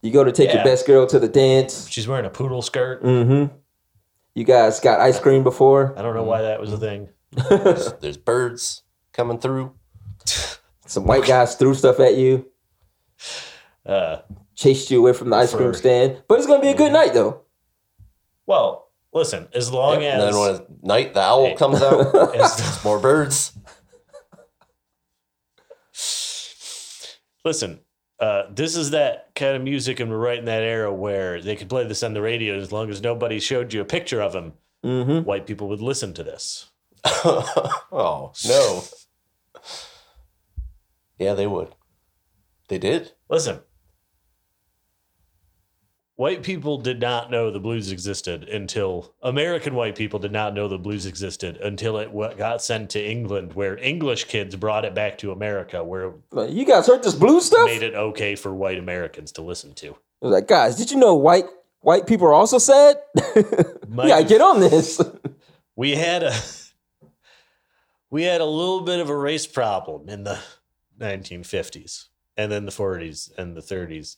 [SPEAKER 2] you go to take
[SPEAKER 1] Yeah.
[SPEAKER 2] your best girl to the dance.
[SPEAKER 1] She's wearing a poodle skirt.
[SPEAKER 2] Mm-hmm. You guys got ice cream before.
[SPEAKER 1] I don't know why that was a thing. [laughs]
[SPEAKER 3] There's, there's birds coming through.
[SPEAKER 2] Some
[SPEAKER 1] [laughs]
[SPEAKER 2] white guys threw stuff at you,
[SPEAKER 1] Uh,
[SPEAKER 2] chased you away from the ice cream
[SPEAKER 1] For-
[SPEAKER 2] stand. But it's gonna be a
[SPEAKER 1] Mm-hmm.
[SPEAKER 2] good night though.
[SPEAKER 1] well, listen, as long
[SPEAKER 3] and
[SPEAKER 1] as
[SPEAKER 3] then when at night the owl
[SPEAKER 1] Oh, Hey. [laughs]
[SPEAKER 3] comes out,
[SPEAKER 1] as,
[SPEAKER 3] more birds. [laughs]
[SPEAKER 1] Listen, uh, this is that kind of music, and we're right in that era where they could play this on the radio as long as nobody showed you a picture of him.
[SPEAKER 2] Mm-hmm.
[SPEAKER 1] White people would listen to this.
[SPEAKER 3] oh no. Yeah, they would. They did.
[SPEAKER 1] Listen, white people did not know the blues existed until American white people did not know the blues existed until it wa- got sent to England, where English kids brought it back to America, where it
[SPEAKER 2] Like, you guys heard this blue stuff?
[SPEAKER 1] made it okay for white Americans to listen to.
[SPEAKER 2] I was like, guys, did you know white white people are also sad? [laughs]
[SPEAKER 1] Might
[SPEAKER 2] yeah,
[SPEAKER 1] have
[SPEAKER 2] get on this. [laughs]
[SPEAKER 1] we had a [laughs] we had a little bit of a race problem in the 1950s and then the 40s and the 30s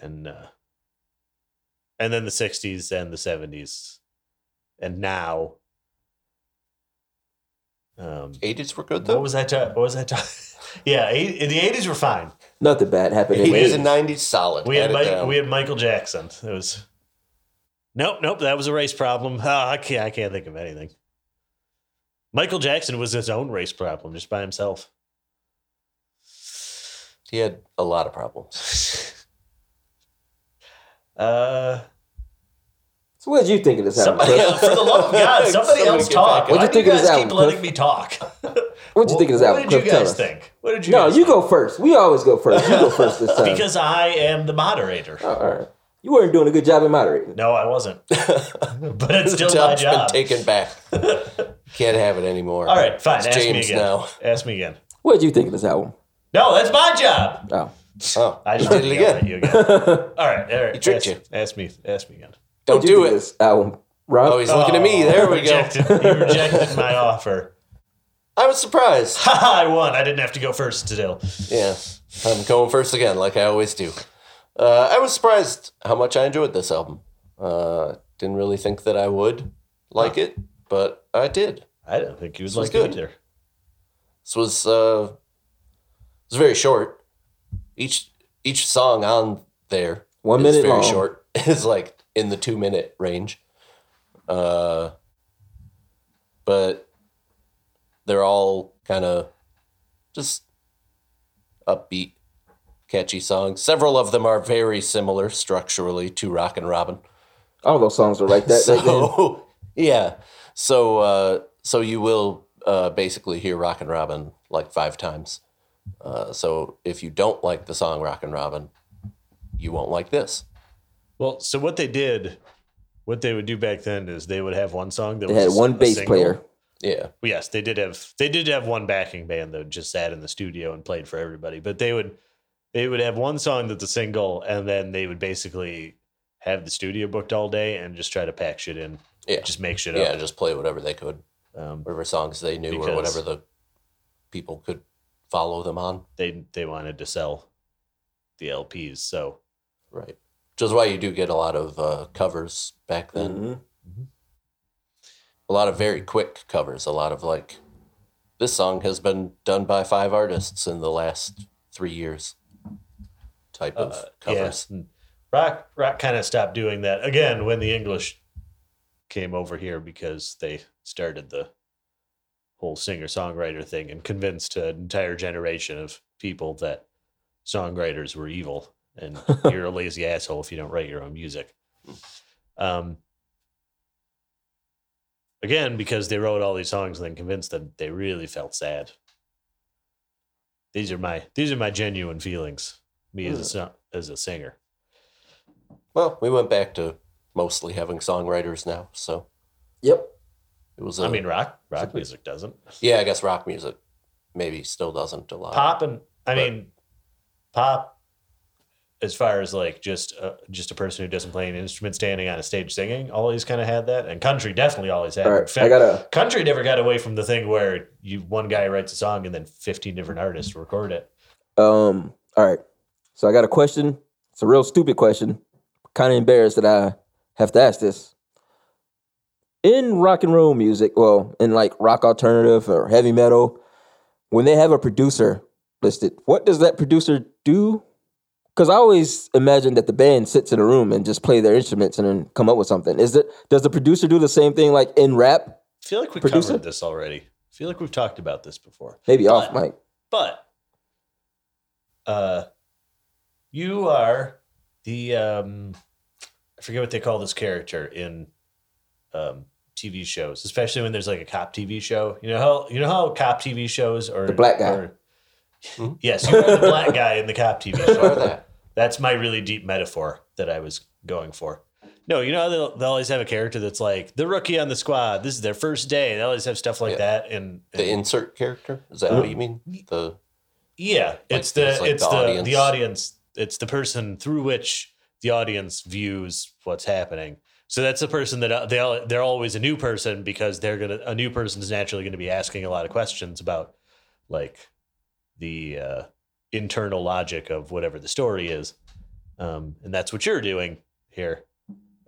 [SPEAKER 1] and uh and then the 60s and the 70s and now um
[SPEAKER 3] Eighties were good
[SPEAKER 1] what
[SPEAKER 3] though.
[SPEAKER 1] was I ta- what was I ta- [laughs] yeah eight, the 80s were fine
[SPEAKER 2] Nothing bad happened. in
[SPEAKER 3] Eighties
[SPEAKER 2] there.
[SPEAKER 3] and nineties solid.
[SPEAKER 1] we had
[SPEAKER 3] Add it
[SPEAKER 1] Mike,
[SPEAKER 3] down.
[SPEAKER 1] we had Michael Jackson it was Nope, nope, that was a race problem. [laughs] Ah, I can't, I can't think of anything. Michael Jackson was his own race problem just by himself.
[SPEAKER 3] he had a lot of problems.
[SPEAKER 1] Uh,
[SPEAKER 2] So what did you think of this album?
[SPEAKER 1] somebody,
[SPEAKER 2] Cliff?
[SPEAKER 1] for the love of God,
[SPEAKER 2] [laughs]
[SPEAKER 1] somebody,
[SPEAKER 3] Somebody
[SPEAKER 1] else
[SPEAKER 3] get back
[SPEAKER 1] talk.
[SPEAKER 3] on.
[SPEAKER 1] Why
[SPEAKER 2] What'd
[SPEAKER 1] do you
[SPEAKER 2] you think of
[SPEAKER 1] guys
[SPEAKER 2] this
[SPEAKER 1] keep
[SPEAKER 2] album,
[SPEAKER 1] letting
[SPEAKER 2] Cliff?
[SPEAKER 1] me talk? what
[SPEAKER 2] What'd you think of this album?
[SPEAKER 1] What did you
[SPEAKER 2] Cliff? Tell
[SPEAKER 1] guys
[SPEAKER 2] us.
[SPEAKER 1] think? What did you?
[SPEAKER 2] No,
[SPEAKER 1] guys
[SPEAKER 2] you
[SPEAKER 1] think?
[SPEAKER 2] go first. We always go first. You go first this time.
[SPEAKER 1] because I am the moderator.
[SPEAKER 2] Oh, [laughs] all right. You weren't doing a good job in moderating.
[SPEAKER 1] No, I
[SPEAKER 2] [laughs]
[SPEAKER 1] wasn't, but it's still my
[SPEAKER 3] Job's
[SPEAKER 1] job.
[SPEAKER 3] been
[SPEAKER 1] [laughs]
[SPEAKER 3] taken back. Can't have it anymore.
[SPEAKER 1] All right, fine.
[SPEAKER 3] It's
[SPEAKER 1] ask me
[SPEAKER 3] James
[SPEAKER 1] again.
[SPEAKER 3] now.
[SPEAKER 1] Ask me again.
[SPEAKER 2] What did you think of this album?
[SPEAKER 1] No, that's my job.
[SPEAKER 2] Oh,
[SPEAKER 3] Oh,
[SPEAKER 1] I
[SPEAKER 3] [laughs]
[SPEAKER 1] just
[SPEAKER 3] did it again.
[SPEAKER 1] At you again. all right, all right.
[SPEAKER 3] He
[SPEAKER 1] ask,
[SPEAKER 3] tricked you.
[SPEAKER 1] Ask me. Ask me again.
[SPEAKER 3] Don't
[SPEAKER 2] What'd you
[SPEAKER 3] do
[SPEAKER 2] think of
[SPEAKER 3] it.
[SPEAKER 2] This album, Rob.
[SPEAKER 3] Oh, he's looking at me.
[SPEAKER 1] Oh,
[SPEAKER 3] There we go.
[SPEAKER 1] rejected, go. [laughs] You rejected my offer. [laughs]
[SPEAKER 3] I was surprised.
[SPEAKER 1] Ha, ha, I won. I didn't have to go first still.
[SPEAKER 3] Yeah, I'm going first again, like I always do. Uh, I was surprised how much I enjoyed this album. Uh, didn't really think that I would like it, but I did.
[SPEAKER 1] I didn't think he was
[SPEAKER 3] This was
[SPEAKER 1] like
[SPEAKER 3] good.
[SPEAKER 1] either.
[SPEAKER 3] This was uh, it was very short. Each each song on there
[SPEAKER 2] One
[SPEAKER 3] is
[SPEAKER 2] minute
[SPEAKER 3] very
[SPEAKER 2] long.
[SPEAKER 3] short. [laughs] It's like in the two minute range. Uh, but they're all kind of just upbeat, catchy songs. Several of them are very similar structurally to Rock and Robin
[SPEAKER 2] All those songs are like that. back then.
[SPEAKER 3] [laughs] so yeah so uh so you will uh basically hear rock and robin like five times uh so if you don't like the song rock and robin you won't like this
[SPEAKER 1] Well, so what they did, what they would do back then is they would have one song that
[SPEAKER 2] They
[SPEAKER 1] was
[SPEAKER 2] had
[SPEAKER 1] just
[SPEAKER 2] one
[SPEAKER 1] a
[SPEAKER 2] bass
[SPEAKER 1] single.
[SPEAKER 2] player.
[SPEAKER 3] yeah
[SPEAKER 1] Well, yes, they did have they did have one backing band that just sat in the studio and played for everybody. But they would they would have one song that's a single, and then they would basically have the studio booked all day and just try to pack shit in,
[SPEAKER 3] yeah
[SPEAKER 1] just make shit
[SPEAKER 3] yeah
[SPEAKER 1] up.
[SPEAKER 3] just play whatever they could
[SPEAKER 1] Um,
[SPEAKER 3] whatever songs they knew or
[SPEAKER 1] Because-
[SPEAKER 3] whatever the people could follow them on
[SPEAKER 1] they they wanted to sell the LPs, so
[SPEAKER 3] right which is why you do get a lot of uh covers back then
[SPEAKER 2] Mhm.
[SPEAKER 3] a lot of very quick covers, a lot of like this song has been done by five artists in the last three years type of
[SPEAKER 1] uh,
[SPEAKER 3] covers.
[SPEAKER 1] yeah. Rock rock kind of stopped doing that again when the English came over here because they started the whole singer songwriter thing and convinced an entire generation of people that songwriters were evil [laughs] and you're a lazy asshole if you don't write your own music. Um, again, because they wrote all these songs and then convinced them they really felt sad. These are my these are my genuine feelings. Me as a
[SPEAKER 2] Hmm.
[SPEAKER 1] son- as a singer.
[SPEAKER 3] Well, we went back to mostly having songwriters now, so
[SPEAKER 2] Yep.
[SPEAKER 3] it was.
[SPEAKER 1] I
[SPEAKER 3] I
[SPEAKER 1] mean, rock rock music doesn't
[SPEAKER 3] yeah, I guess rock music maybe still doesn't a lot.
[SPEAKER 1] pop and I
[SPEAKER 3] But-
[SPEAKER 1] mean pop. As far as like just uh, just a person who doesn't play an instrument standing on a stage singing, always kind of had that, and country definitely always had.
[SPEAKER 2] All
[SPEAKER 1] it.
[SPEAKER 2] right. I gotta.
[SPEAKER 1] country never got away from the thing where you one guy writes a song and then fifteen different artists record it.
[SPEAKER 2] Um. All right. So I got a question. It's a real stupid question. Kind of embarrassed that I have to ask this. In rock and roll music, well, in like rock alternative or heavy metal, when they have a producer listed, what does that producer do? Because I always imagine that the band sits in a room and just play their instruments and then come up with something. Is that does the producer do the same thing like in rap?
[SPEAKER 1] I feel like we
[SPEAKER 2] Producer?
[SPEAKER 1] covered this already. I feel like we've talked about this before.
[SPEAKER 2] Maybe off
[SPEAKER 1] But-
[SPEAKER 2] mic.
[SPEAKER 1] But uh, you are the um, I forget what they call this character in um, TV shows, especially when there's like a cop TV show. You know how you know how cop TV shows are
[SPEAKER 2] The black guy.
[SPEAKER 1] are-
[SPEAKER 3] Hmm?
[SPEAKER 1] yes, you are the black guy in the cop
[SPEAKER 2] [laughs]
[SPEAKER 1] TV show.
[SPEAKER 3] Or
[SPEAKER 1] [laughs]
[SPEAKER 3] that.
[SPEAKER 1] That's my really deep metaphor that I was going for. No, you know how they'll, they'll always have a character that's like the rookie on the squad. This is their first day. They always have stuff like
[SPEAKER 3] Yeah.
[SPEAKER 1] that. And,
[SPEAKER 3] The insert character is
[SPEAKER 1] Uh,
[SPEAKER 3] that what you mean? The
[SPEAKER 1] [laughs] yeah, it's the
[SPEAKER 3] there's, like,
[SPEAKER 1] it's
[SPEAKER 3] the
[SPEAKER 1] the
[SPEAKER 3] audience.
[SPEAKER 1] the audience. It's the person through which the audience views what's happening. So that's the person that uh, they all, they're always a new person because they're gonna a new person is naturally gonna be asking a lot of questions about like the uh, internal logic of whatever the story is, um, and that's what you're doing here.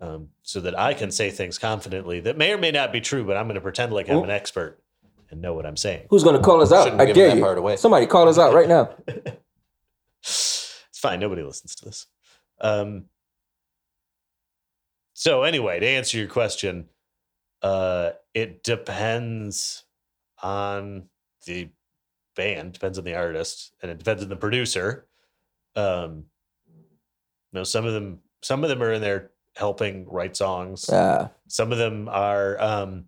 [SPEAKER 1] Um, so that I can say things confidently that may or may not be true, but I'm going to pretend like I'm
[SPEAKER 2] Well-
[SPEAKER 1] an expert and know what I'm saying.
[SPEAKER 2] Who's gonna call us out?
[SPEAKER 3] Shouldn't
[SPEAKER 2] I
[SPEAKER 3] give
[SPEAKER 2] dare
[SPEAKER 3] that
[SPEAKER 2] you.
[SPEAKER 3] part away.
[SPEAKER 2] Somebody call us
[SPEAKER 3] [laughs]
[SPEAKER 2] out right now.
[SPEAKER 1] it's fine. Nobody listens to this. Um, so anyway, to answer your question, uh, it depends on the band, depends on the artist, and it depends on the producer. Um, you know, some of them, some of them are in there helping write songs.
[SPEAKER 2] Ah,
[SPEAKER 1] Some of them are. Um,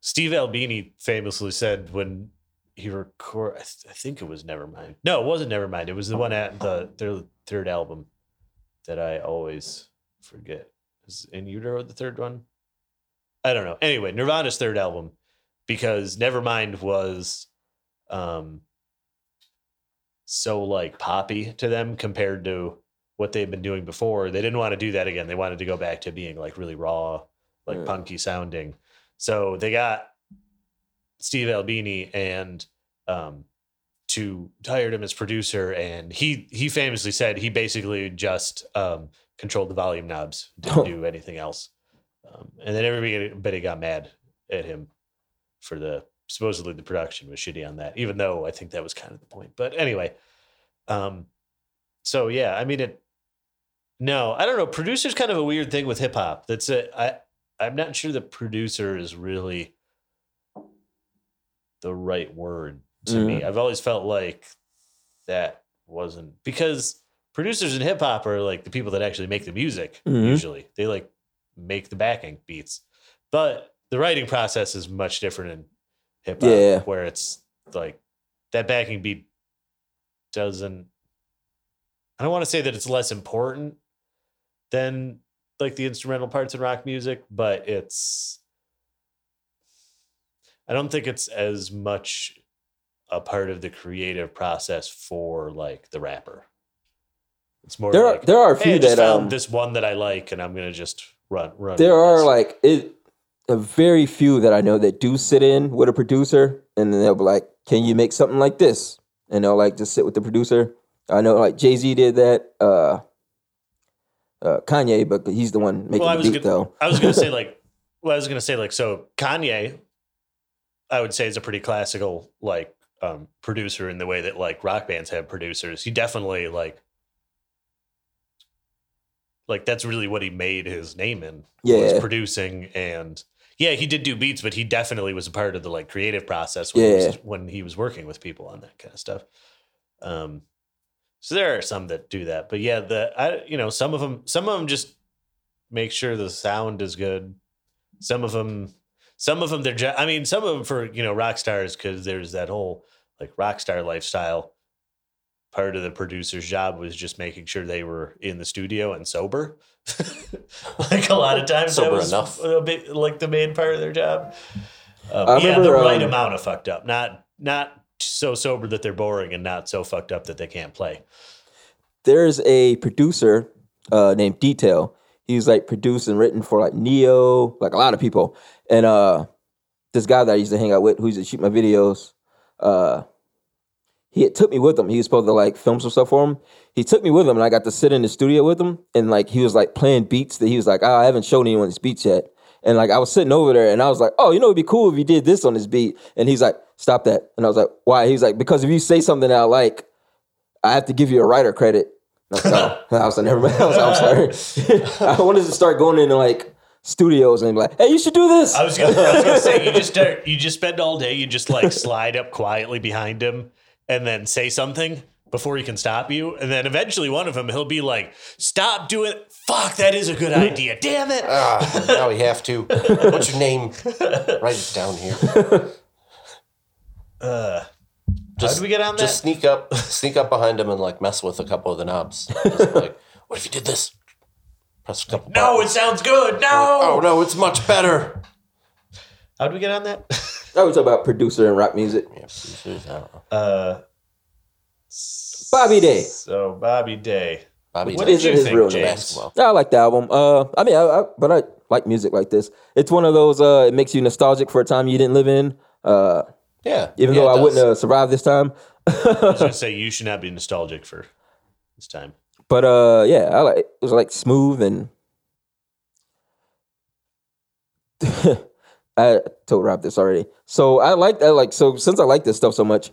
[SPEAKER 1] Steve Albini famously said when he record, I, th- I think it was Nevermind. No, it wasn't Nevermind. It was the one at the their third album that I always forget. Is In Utero the third one? I don't know. Anyway, Nirvana's third album because Nevermind was um so like poppy to them compared to what they've been doing before. They didn't want to do that again. They wanted to go back to being like really raw, like
[SPEAKER 2] Yeah.
[SPEAKER 1] punky sounding. So they got Steve Albini and um to hired him as producer and he he famously said he basically just um controlled the volume knobs, didn't do anything else. Um, and then everybody got mad at him for the supposedly the production was shitty on that, even though I think that was kind of the point. But anyway, um, so yeah, I mean it. No, I don't know. Producer's kind of a weird thing with hip hop. That's it. I I'm not sure that producer is really the right word to me. I've always felt like that wasn't because producers in hip hop are like the people that actually make the music
[SPEAKER 2] Mhm.
[SPEAKER 1] usually. They like make the backing beats. But the writing process is much different in hip hop
[SPEAKER 2] Yeah.
[SPEAKER 1] where it's like that backing beat doesn't I don't want to say that it's less important than like the instrumental parts in rock music, but it's I don't think it's as much a part of the creative process for like the rapper. It's more
[SPEAKER 2] There are
[SPEAKER 1] like
[SPEAKER 2] there are a few
[SPEAKER 1] hey, I just
[SPEAKER 2] that
[SPEAKER 1] found
[SPEAKER 2] um
[SPEAKER 1] this one that I like and I'm gonna just run run.
[SPEAKER 2] there
[SPEAKER 1] with
[SPEAKER 2] are
[SPEAKER 1] this.
[SPEAKER 2] like it, a very few that I know that do sit in with a producer, and then they'll be like, "Can you make something like this?" And they'll like just sit with the producer. I know like Jay Z did that, uh, uh, Kanye, but he's the one making
[SPEAKER 1] Well, I
[SPEAKER 2] the
[SPEAKER 1] was
[SPEAKER 2] beat
[SPEAKER 1] gonna-
[SPEAKER 2] though.
[SPEAKER 1] I was gonna say like well, I was gonna say like so Kanye, I would say is a pretty classical like um producer in the way that like rock bands have producers. He definitely like like that's really what he made his name in.
[SPEAKER 2] Yeah.
[SPEAKER 1] Was producing and yeah, he did do beats, but he definitely was a part of the like creative process when, he, was,
[SPEAKER 2] Yeah.
[SPEAKER 1] when he was working with people on that kind of stuff. Um so there are some that do that, but yeah, the I you know some of them some of them just make sure the sound is good. Some of them, some of them they're ju- I mean some of them for you know rock stars because there's that whole like rock star lifestyle. Part of the producer's job was just making sure they were in the studio and sober. [laughs] like a lot of times, that
[SPEAKER 3] Sober
[SPEAKER 1] was
[SPEAKER 3] enough.
[SPEAKER 1] a bit, like the main part of their job. Um,
[SPEAKER 2] I
[SPEAKER 1] yeah, the
[SPEAKER 2] remember,
[SPEAKER 1] right
[SPEAKER 2] um,
[SPEAKER 1] amount of fucked up, not not so sober that they're boring, and not so fucked up that they can't play.
[SPEAKER 2] there's a producer uh, named Detail. He's like produced and written for like Neo, like a lot of people. And uh, this guy that I used to hang out with, who used to shoot my videos, uh, he had took me with him. He was supposed to like film some stuff for him. He took me with him, and I got to sit in the studio with him. And like he was like playing beats that he was like, oh, I haven't shown anyone this beat yet. And like I was sitting over there, and I was like, oh, you know, it'd be cool if you did this on this beat. And he's like, stop that. And I was like, why? He's like, because if you say something that I like, I have to give you a writer credit. And I
[SPEAKER 1] [laughs]
[SPEAKER 2] was like, oh. [laughs] I was like, never mind. I was like, I'm sorry. [laughs] I wanted to start going into like studios and be like, hey, you should do this.
[SPEAKER 1] I was gonna, I was gonna say you just start, you just spend all day you just like slide up quietly behind him and then say something before he can stop you and then eventually one of them he'll be like stop doing fuck that is a good idea damn it
[SPEAKER 3] Ah, now we have to. What's your name?
[SPEAKER 1] [laughs]
[SPEAKER 3] Write it down here.
[SPEAKER 1] uh, how
[SPEAKER 3] Just-
[SPEAKER 1] did we get on that
[SPEAKER 3] Just sneak up, [laughs] sneak up behind him and like mess with a couple of the knobs. Just like, [laughs] what if you did this? Press a couple.
[SPEAKER 1] no it
[SPEAKER 3] buttons.
[SPEAKER 1] sounds good no
[SPEAKER 3] Oh no, it's much better.
[SPEAKER 1] how did we get on that
[SPEAKER 2] I was talking about producer and rock music.
[SPEAKER 3] Yeah, producers, I don't know.
[SPEAKER 1] uh
[SPEAKER 2] Bobby Day.
[SPEAKER 1] so bobby day
[SPEAKER 3] Bobby
[SPEAKER 1] what
[SPEAKER 3] Day.
[SPEAKER 1] did
[SPEAKER 2] Isn't
[SPEAKER 1] you
[SPEAKER 2] his real
[SPEAKER 1] think
[SPEAKER 2] name?
[SPEAKER 1] James?
[SPEAKER 3] basketball.
[SPEAKER 2] I like the album. Uh, I mean, I, I, but I like music like this. It's one of those. Uh, it makes you nostalgic for a time you didn't live in. Uh,
[SPEAKER 3] Yeah.
[SPEAKER 2] even
[SPEAKER 3] yeah,
[SPEAKER 2] though
[SPEAKER 3] it
[SPEAKER 2] I
[SPEAKER 3] does.
[SPEAKER 2] wouldn't have survived this time.
[SPEAKER 1] i was gonna say you should not be nostalgic for this time
[SPEAKER 2] But uh, yeah, I like. It was like smooth and. [laughs] I told Rob this already. So I like that. Like so, since I like this stuff so much,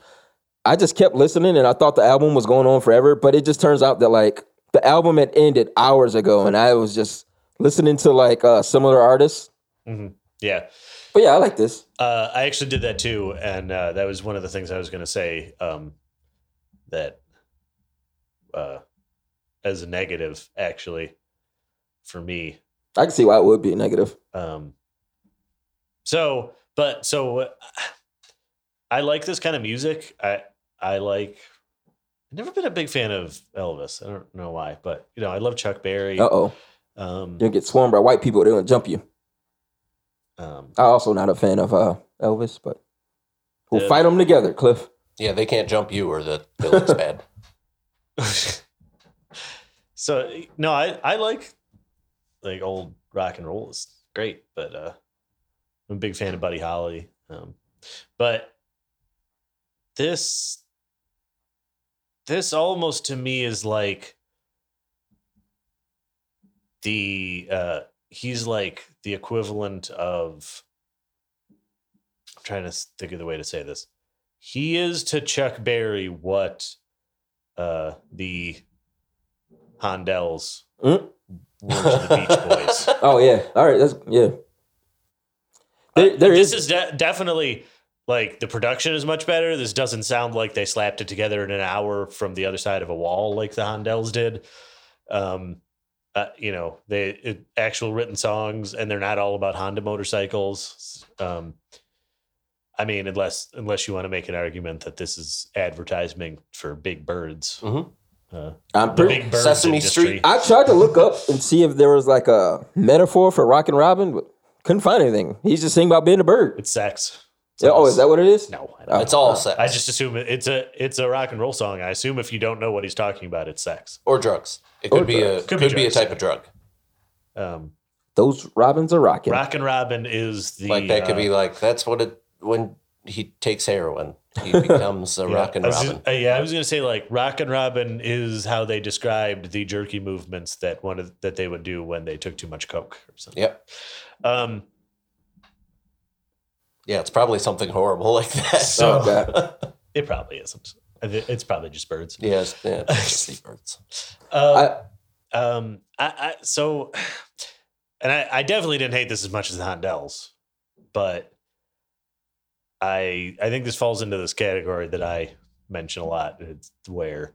[SPEAKER 2] I just kept listening, and I thought the album was going on forever. But it just turns out that like the album had ended hours ago, and I was just listening to like uh, similar artists.
[SPEAKER 1] yeah
[SPEAKER 2] But yeah, I like this.
[SPEAKER 1] Uh, I actually did that too, and uh, that was one of the things I was going to say. Um, that uh, as a negative, actually, for me.
[SPEAKER 2] I can see why it would be negative.
[SPEAKER 1] Um, so, but so uh, I like this kind of music. I I like. I've never been a big fan of Elvis. I don't know why, but you know, I love Chuck Berry.
[SPEAKER 2] Uh oh,
[SPEAKER 1] Um,
[SPEAKER 2] you'll get swarmed by white people. They're gonna jump you.
[SPEAKER 1] um,
[SPEAKER 2] I also not a fan of uh, Elvis, but we'll
[SPEAKER 1] Yeah.
[SPEAKER 2] fight them together, Cliff.
[SPEAKER 3] Yeah, they can't jump you, or the it
[SPEAKER 2] [laughs]
[SPEAKER 3] looks bad.
[SPEAKER 1] [laughs] so no, I I like like old rock and roll is great, but uh I'm a big fan of Buddy Holly. Um but this this almost to me is like the uh he's like the equivalent of trying to think of the way to say this. He is to Chuck Berry what uh, the Hondells
[SPEAKER 2] Hmm?
[SPEAKER 1] were to the Beach Boys.
[SPEAKER 2] Oh yeah. All right. That's yeah. There, there
[SPEAKER 1] Uh, this
[SPEAKER 2] is.
[SPEAKER 1] is de- definitely like the production is much better. This doesn't sound like they slapped it together in an hour from the other side of a wall like the Hondells did. Um, uh, you know, they it, actual written songs, and they're not all about Honda motorcycles. Um, I mean, unless unless you want to make an argument that this is advertisement for Big Birds,
[SPEAKER 3] Mhm.
[SPEAKER 1] uh,
[SPEAKER 2] I'm
[SPEAKER 1] the
[SPEAKER 2] pretty,
[SPEAKER 1] Big Birds
[SPEAKER 3] Sesame
[SPEAKER 1] industry.
[SPEAKER 3] Street.
[SPEAKER 2] I tried to look up and see if there was like a metaphor for Rock and Robin, but couldn't find anything. He's just singing about being a bird.
[SPEAKER 1] It's sex.
[SPEAKER 2] Yeah, oh, is that what it is?
[SPEAKER 1] No, I don't.
[SPEAKER 3] It's all sex
[SPEAKER 1] I just assume it- it's a it's a rock and roll song. I assume if you don't know what he's talking about, it's sex.
[SPEAKER 3] or drugs. It
[SPEAKER 2] Or
[SPEAKER 3] could be
[SPEAKER 2] drugs.
[SPEAKER 3] a
[SPEAKER 1] Could
[SPEAKER 3] could,
[SPEAKER 1] be
[SPEAKER 3] be, a
[SPEAKER 1] drugs,
[SPEAKER 3] type
[SPEAKER 1] yeah.
[SPEAKER 3] of drug.
[SPEAKER 1] Um,
[SPEAKER 2] Those robins are rocking.
[SPEAKER 1] Rock and Robin is the
[SPEAKER 3] Like that could
[SPEAKER 1] uh,
[SPEAKER 3] be like that's what it when he takes heroin,
[SPEAKER 2] [laughs]
[SPEAKER 3] he becomes a
[SPEAKER 1] yeah,
[SPEAKER 3] rock and
[SPEAKER 1] I was just-
[SPEAKER 3] robin.
[SPEAKER 1] uh, yeah, I was gonna say like rock and Robin is how they described the jerky movements that one of that they would do when they took too much coke or something.
[SPEAKER 3] Yep.
[SPEAKER 1] Um,
[SPEAKER 3] Yeah, it's probably something horrible [laughs] like that.
[SPEAKER 1] So- [laughs]
[SPEAKER 2] Oh, God.
[SPEAKER 1] it probably isn't. I thi- It's probably just birds.
[SPEAKER 3] yes,
[SPEAKER 1] [laughs]
[SPEAKER 3] yeah, seabirds.
[SPEAKER 1] Uh, um, I, I so, [sighs] and I, I definitely didn't hate this as much as the Hondells, but I I think this falls into this category that I mention a lot. It's where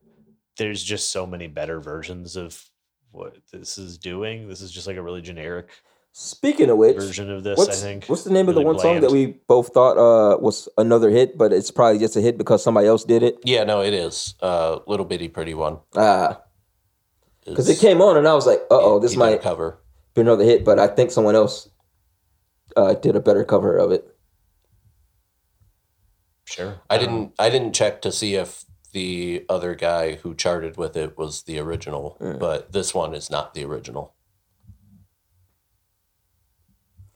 [SPEAKER 1] there's just so many better versions of what this is doing. This is just like a really generic
[SPEAKER 2] Speaking of which,
[SPEAKER 1] version of this. I
[SPEAKER 2] what's,
[SPEAKER 1] think.
[SPEAKER 2] what's the name of the
[SPEAKER 1] Really
[SPEAKER 2] one song
[SPEAKER 1] bland.
[SPEAKER 2] that we both thought uh, was another hit, but it's probably just a hit because somebody else did it?
[SPEAKER 3] Yeah, no, it is. Uh, little bitty pretty one.
[SPEAKER 2] Because it
[SPEAKER 3] is-
[SPEAKER 2] came on and I was like, uh oh, this
[SPEAKER 3] he did a
[SPEAKER 2] might
[SPEAKER 3] cover.
[SPEAKER 2] be another hit, but I think someone else uh, did a better cover of it.
[SPEAKER 1] sure,
[SPEAKER 3] I
[SPEAKER 2] Oh.
[SPEAKER 1] Um,
[SPEAKER 3] didn't. I didn't check to see if the other guy who charted with it was the original,
[SPEAKER 2] Hmm.
[SPEAKER 3] but this one is not the original.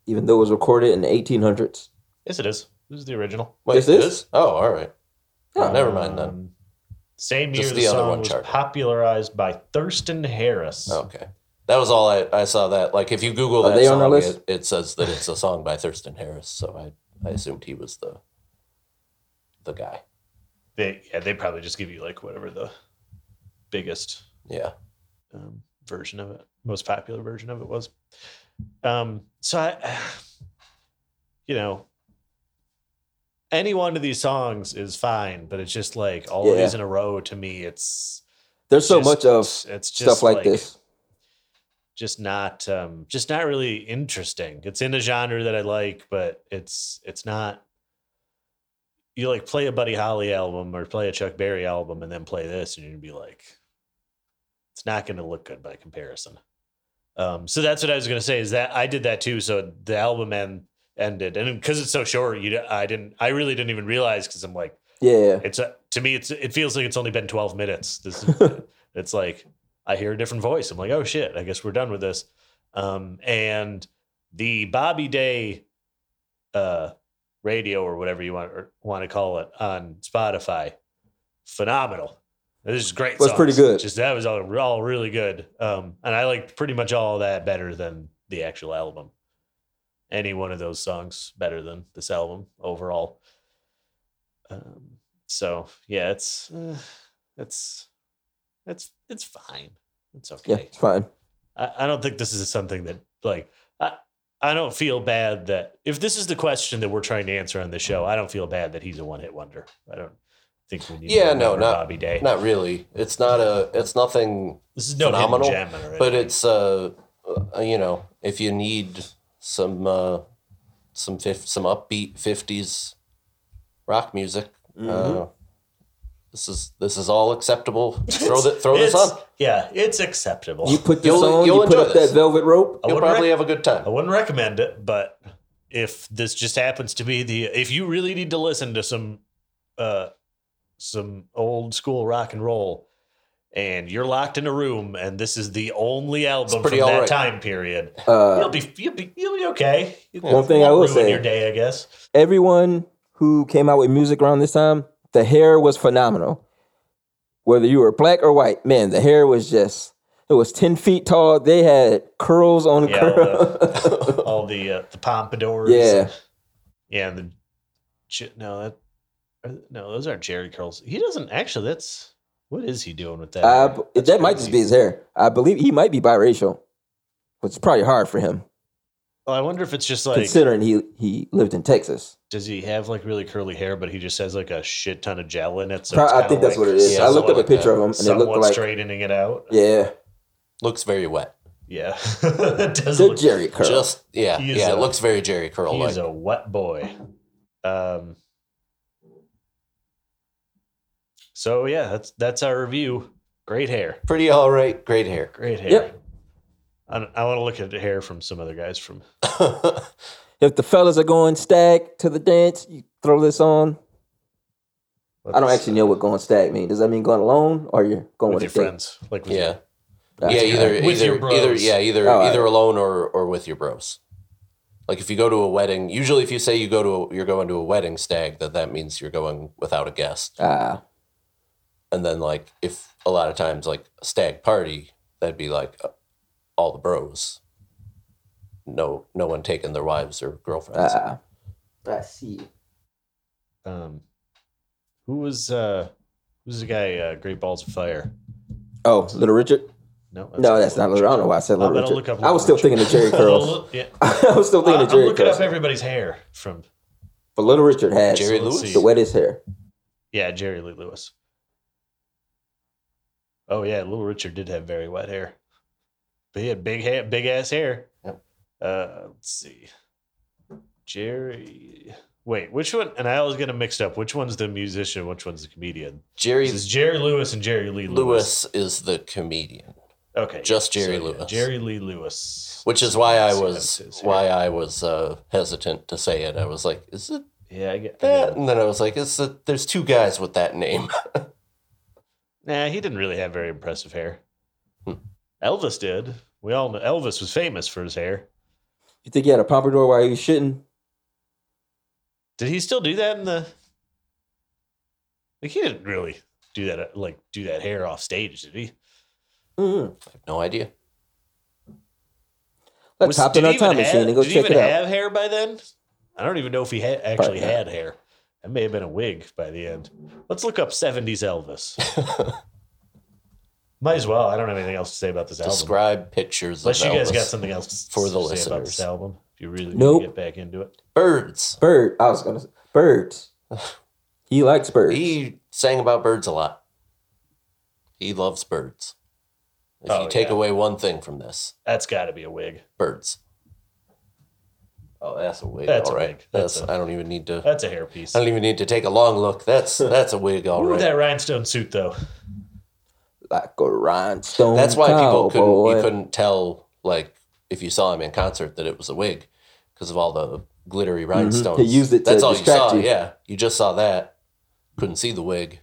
[SPEAKER 2] even though it was recorded in the 1800s.
[SPEAKER 1] Yes, it is. This is the original.
[SPEAKER 3] Wait,
[SPEAKER 2] This
[SPEAKER 3] it
[SPEAKER 2] is?
[SPEAKER 3] Oh, all right.
[SPEAKER 2] Oh.
[SPEAKER 3] Never mind then.
[SPEAKER 1] Um, Same year
[SPEAKER 3] Just
[SPEAKER 1] the,
[SPEAKER 3] the
[SPEAKER 1] song
[SPEAKER 3] other one Oh.
[SPEAKER 1] was
[SPEAKER 3] charted.
[SPEAKER 1] popularized by Thurston Harris.
[SPEAKER 3] Okay. That was all I, I saw that. Like if you Google
[SPEAKER 2] Are
[SPEAKER 3] that
[SPEAKER 2] they on
[SPEAKER 3] song,
[SPEAKER 2] our list?
[SPEAKER 3] It, it says that it's a song by Thurston Harris. So I, I assumed he was the the guy.
[SPEAKER 1] they yeah they probably just give you like whatever the biggest
[SPEAKER 3] Yeah.
[SPEAKER 1] um, version of it most popular version of it was um so i [sighs] you know any one of these songs is fine but it's just like all of
[SPEAKER 2] Yeah.
[SPEAKER 1] these in a row to me it's
[SPEAKER 2] There's so
[SPEAKER 1] just-
[SPEAKER 2] much of
[SPEAKER 1] it's just
[SPEAKER 2] stuff like, this.
[SPEAKER 1] just not um just not really interesting it's in a genre that i like but it's it's not you like play a buddy holly album or play a chuck berry album and then play this and you're gonna be like it's not gonna look good by comparison um so that's what i was gonna say is that i did that too so the album end, ended and because it's so short you d- i didn't i really didn't even realize because i'm like
[SPEAKER 2] Yeah.
[SPEAKER 1] it's a, to me it's it feels like it's only been 12 minutes this
[SPEAKER 2] [laughs]
[SPEAKER 1] it's like i hear a different voice i'm like oh shit i guess we're done with this um and the bobby day uh radio or whatever you want or want to call it on spotify phenomenal this is great
[SPEAKER 2] Was
[SPEAKER 1] songs.
[SPEAKER 2] pretty good.
[SPEAKER 1] just that was all, all really good um and i liked pretty much all that better than the actual album any one of those songs better than this album overall um, so yeah, it's uh, it's it's it's fine. It's
[SPEAKER 2] Yeah,
[SPEAKER 1] okay.
[SPEAKER 2] it's fine.
[SPEAKER 1] I, I don't think this is something that like I I don't feel bad that if this is the question that we're trying to answer on the show, I don't feel bad that he's a one hit wonder. I don't think we need
[SPEAKER 3] Yeah,
[SPEAKER 1] to
[SPEAKER 3] no,
[SPEAKER 1] remember
[SPEAKER 3] not-
[SPEAKER 1] Bobby Day.
[SPEAKER 3] Not really. It's not a it's nothing
[SPEAKER 1] this is no phenomenal,
[SPEAKER 3] phenomenal,
[SPEAKER 1] gem or anything.
[SPEAKER 3] but it's uh uh, you know, if you need some uh some fif- some upbeat 50s rock music, uh,
[SPEAKER 1] Mm-hmm.
[SPEAKER 3] this is this is
[SPEAKER 1] [laughs]
[SPEAKER 3] all acceptable. Throw that throw this
[SPEAKER 1] It's-
[SPEAKER 3] on.
[SPEAKER 1] Yeah, it's acceptable.
[SPEAKER 2] You put this
[SPEAKER 3] You'll-
[SPEAKER 2] on,
[SPEAKER 3] you'll
[SPEAKER 2] you put
[SPEAKER 3] enjoy
[SPEAKER 2] up
[SPEAKER 3] this.
[SPEAKER 2] that velvet rope.
[SPEAKER 1] I
[SPEAKER 3] You'll
[SPEAKER 1] wouldn't
[SPEAKER 3] probably
[SPEAKER 1] rec-
[SPEAKER 3] have a good time.
[SPEAKER 1] I wouldn't recommend it, but if this just happens to be the if you really need to listen to some uh some old school rock and roll and you're locked in a room and this is the only album from
[SPEAKER 3] pretty
[SPEAKER 1] that
[SPEAKER 3] all right.
[SPEAKER 1] time period,
[SPEAKER 2] Uh,
[SPEAKER 1] you'll be you'll be you'll be okay. It
[SPEAKER 2] One thing I
[SPEAKER 1] won't
[SPEAKER 2] will
[SPEAKER 1] ruin
[SPEAKER 2] say-
[SPEAKER 1] your day, I guess.
[SPEAKER 2] everyone who came out with music around this time, the hair was phenomenal. Whether you were black or white, man, the hair was just, it was 10 feet tall. They had curls on
[SPEAKER 1] Yeah, all
[SPEAKER 2] [laughs]
[SPEAKER 3] [laughs]
[SPEAKER 2] curls.
[SPEAKER 1] the all the, uh, the pompadours.
[SPEAKER 2] yeah.
[SPEAKER 1] Yeah, and the J- no, that are th- no, those aren't Jerry curls. He doesn't actually. That's what is he doing with that?
[SPEAKER 2] Uh,
[SPEAKER 1] hair?
[SPEAKER 2] b- that
[SPEAKER 1] That's
[SPEAKER 2] might just
[SPEAKER 1] crazy.
[SPEAKER 2] be his hair. I believe he might be biracial, which is probably hard for him
[SPEAKER 1] Well, Oh, I wonder if it's just like
[SPEAKER 2] considering he he lived in Texas.
[SPEAKER 1] does he have like really curly hair, but he just has like a shit ton of gel in it. So
[SPEAKER 2] Pro-
[SPEAKER 1] it's
[SPEAKER 2] I
[SPEAKER 1] kinda
[SPEAKER 2] think that's
[SPEAKER 1] like
[SPEAKER 2] what it is.
[SPEAKER 3] yeah,
[SPEAKER 2] I looked up a
[SPEAKER 3] somewhat
[SPEAKER 2] picture of him and it
[SPEAKER 1] Somewhat
[SPEAKER 2] looked like
[SPEAKER 1] straightening it out.
[SPEAKER 2] yeah,
[SPEAKER 3] Looks very wet.
[SPEAKER 1] Yeah, [laughs] that does
[SPEAKER 2] they're
[SPEAKER 1] look.
[SPEAKER 2] Jerry curl.
[SPEAKER 3] Just yeah,
[SPEAKER 1] He is
[SPEAKER 3] yeah.
[SPEAKER 1] a-
[SPEAKER 3] it looks very Jerry Curl
[SPEAKER 1] He's
[SPEAKER 3] like.
[SPEAKER 1] a wet boy. Um. So yeah, that's that's our review. Great hair.
[SPEAKER 3] Pretty all right. Great hair. [laughs]
[SPEAKER 1] Great hair.
[SPEAKER 2] Yep.
[SPEAKER 1] I, I want to look at the hair from some other guys from.
[SPEAKER 2] if the fellas are going stag to the dance, you throw this on. I don't actually know what going stag mean. Does that mean going alone or you're going
[SPEAKER 1] with
[SPEAKER 2] with,
[SPEAKER 1] your
[SPEAKER 2] a date?
[SPEAKER 1] friends, like with
[SPEAKER 3] yeah.
[SPEAKER 1] your-
[SPEAKER 3] Yeah, either
[SPEAKER 1] With
[SPEAKER 3] either
[SPEAKER 1] your
[SPEAKER 3] either
[SPEAKER 1] bros.
[SPEAKER 3] yeah, either
[SPEAKER 2] Oh,
[SPEAKER 3] either alone or or with your bros. Like if you go to a wedding, usually if you say you go to a, you're going to a wedding stag, that that means you're going without a guest.
[SPEAKER 2] Ah,
[SPEAKER 3] And then like if a lot of times like a stag party, that'd be like uh, all the bros. No, no one taking their wives or girlfriends.
[SPEAKER 2] ah. I see.
[SPEAKER 1] um, who was uh, who's the guy? Uh, Great Balls of Fire.
[SPEAKER 2] Oh, Little Richard?
[SPEAKER 1] No,
[SPEAKER 2] no, that's not Little. I don't know why I said
[SPEAKER 1] I'm
[SPEAKER 2] Little
[SPEAKER 1] gonna
[SPEAKER 2] Richard.
[SPEAKER 1] look up.
[SPEAKER 2] I
[SPEAKER 1] Little
[SPEAKER 2] was still
[SPEAKER 1] Richard.
[SPEAKER 2] thinking of [laughs]
[SPEAKER 1] [laughs]
[SPEAKER 2] Jerry curls.
[SPEAKER 1] yeah,
[SPEAKER 2] I was still
[SPEAKER 1] I,
[SPEAKER 2] thinking
[SPEAKER 1] am
[SPEAKER 2] of Jerry
[SPEAKER 1] looking up
[SPEAKER 2] curls.
[SPEAKER 1] everybody's hair from.
[SPEAKER 2] But Little Richard has
[SPEAKER 3] Jerry
[SPEAKER 1] so let's
[SPEAKER 3] Lewis?
[SPEAKER 1] see.
[SPEAKER 2] the wettest hair.
[SPEAKER 1] Yeah, Jerry Lee Lewis. Oh yeah, Little Richard did have very wet hair, but he had big hair, big ass hair.
[SPEAKER 3] Yep.
[SPEAKER 1] Uh, let's see, Jerry. Wait, which one? And I always get them mixed up. Which one's the musician? Which one's the comedian?
[SPEAKER 3] Jerry
[SPEAKER 1] This is Jerry Lewis and Jerry Lee Lewis.
[SPEAKER 3] Lewis is the comedian,
[SPEAKER 1] Okay,
[SPEAKER 3] just
[SPEAKER 1] yeah,
[SPEAKER 3] Jerry
[SPEAKER 1] yeah,
[SPEAKER 3] Lewis.
[SPEAKER 1] Jerry Lee Lewis.
[SPEAKER 3] which is why I
[SPEAKER 1] Let's see,
[SPEAKER 3] was
[SPEAKER 1] that's his hair.
[SPEAKER 3] why I was uh, hesitant to say it. I was like, is it
[SPEAKER 1] Yeah, I get I get
[SPEAKER 3] that?
[SPEAKER 1] it.
[SPEAKER 3] And then I was like, it's a, there's two guys with that name. [laughs]
[SPEAKER 1] Nah, he didn't really have very impressive hair.
[SPEAKER 3] Hmm.
[SPEAKER 1] Elvis did. We all know Elvis was famous for his hair.
[SPEAKER 2] You think he had a pompadour while he was shitting?
[SPEAKER 1] Did he still do that in the? Like he didn't really do that. uh, Like do that hair off stage, did he?
[SPEAKER 2] Mm-hmm.
[SPEAKER 3] I have no idea.
[SPEAKER 2] Let's
[SPEAKER 1] Was-
[SPEAKER 2] hop in
[SPEAKER 1] did
[SPEAKER 2] our
[SPEAKER 1] he even
[SPEAKER 2] time machine
[SPEAKER 1] have-
[SPEAKER 2] and go
[SPEAKER 1] did
[SPEAKER 2] check
[SPEAKER 1] he
[SPEAKER 2] it
[SPEAKER 1] even
[SPEAKER 2] out.
[SPEAKER 1] have hair by then? I don't even know if he had actually
[SPEAKER 2] not.
[SPEAKER 1] had hair. That may have been a wig by the end. Let's look up '70s
[SPEAKER 2] [laughs]
[SPEAKER 1] Elvis. Might as well. I don't have anything else to say about this album.
[SPEAKER 3] Describe pictures.
[SPEAKER 1] Unless
[SPEAKER 3] of
[SPEAKER 1] you guys
[SPEAKER 3] Elvis.
[SPEAKER 1] got something else
[SPEAKER 3] for the
[SPEAKER 1] to say about this
[SPEAKER 3] listeners.
[SPEAKER 1] album, if you really wanna
[SPEAKER 2] Nope.
[SPEAKER 1] get back into it.
[SPEAKER 3] Birds.
[SPEAKER 2] Bird. I was gonna say
[SPEAKER 3] [sighs]
[SPEAKER 2] birds. He likes birds.
[SPEAKER 3] He sang about birds a lot. He loves birds. If
[SPEAKER 1] Oh,
[SPEAKER 3] you take
[SPEAKER 1] yeah.
[SPEAKER 3] away one thing from this,
[SPEAKER 1] That's got to be a wig.
[SPEAKER 3] birds. Oh, that's a wig.
[SPEAKER 1] That's
[SPEAKER 3] all
[SPEAKER 1] a
[SPEAKER 3] right.
[SPEAKER 1] wig. That's
[SPEAKER 3] That's-
[SPEAKER 1] a-
[SPEAKER 3] I don't even need to.
[SPEAKER 1] That's a hairpiece.
[SPEAKER 3] I don't even need to take a long
[SPEAKER 1] [laughs]
[SPEAKER 3] look. That's that's a wig. All
[SPEAKER 1] Ooh,
[SPEAKER 3] right.
[SPEAKER 1] that rhinestone suit though.
[SPEAKER 2] like a rhinestone.
[SPEAKER 3] That's why
[SPEAKER 2] Oh,
[SPEAKER 3] people couldn't
[SPEAKER 2] cowboy.
[SPEAKER 3] you couldn't tell like if you saw him in concert that it was a wig because of all the glittery rhinestones.
[SPEAKER 2] Mm-hmm. They used it to
[SPEAKER 3] That's all you
[SPEAKER 2] distract
[SPEAKER 3] saw.
[SPEAKER 2] you.
[SPEAKER 3] Yeah, you just saw that. Couldn't see the wig.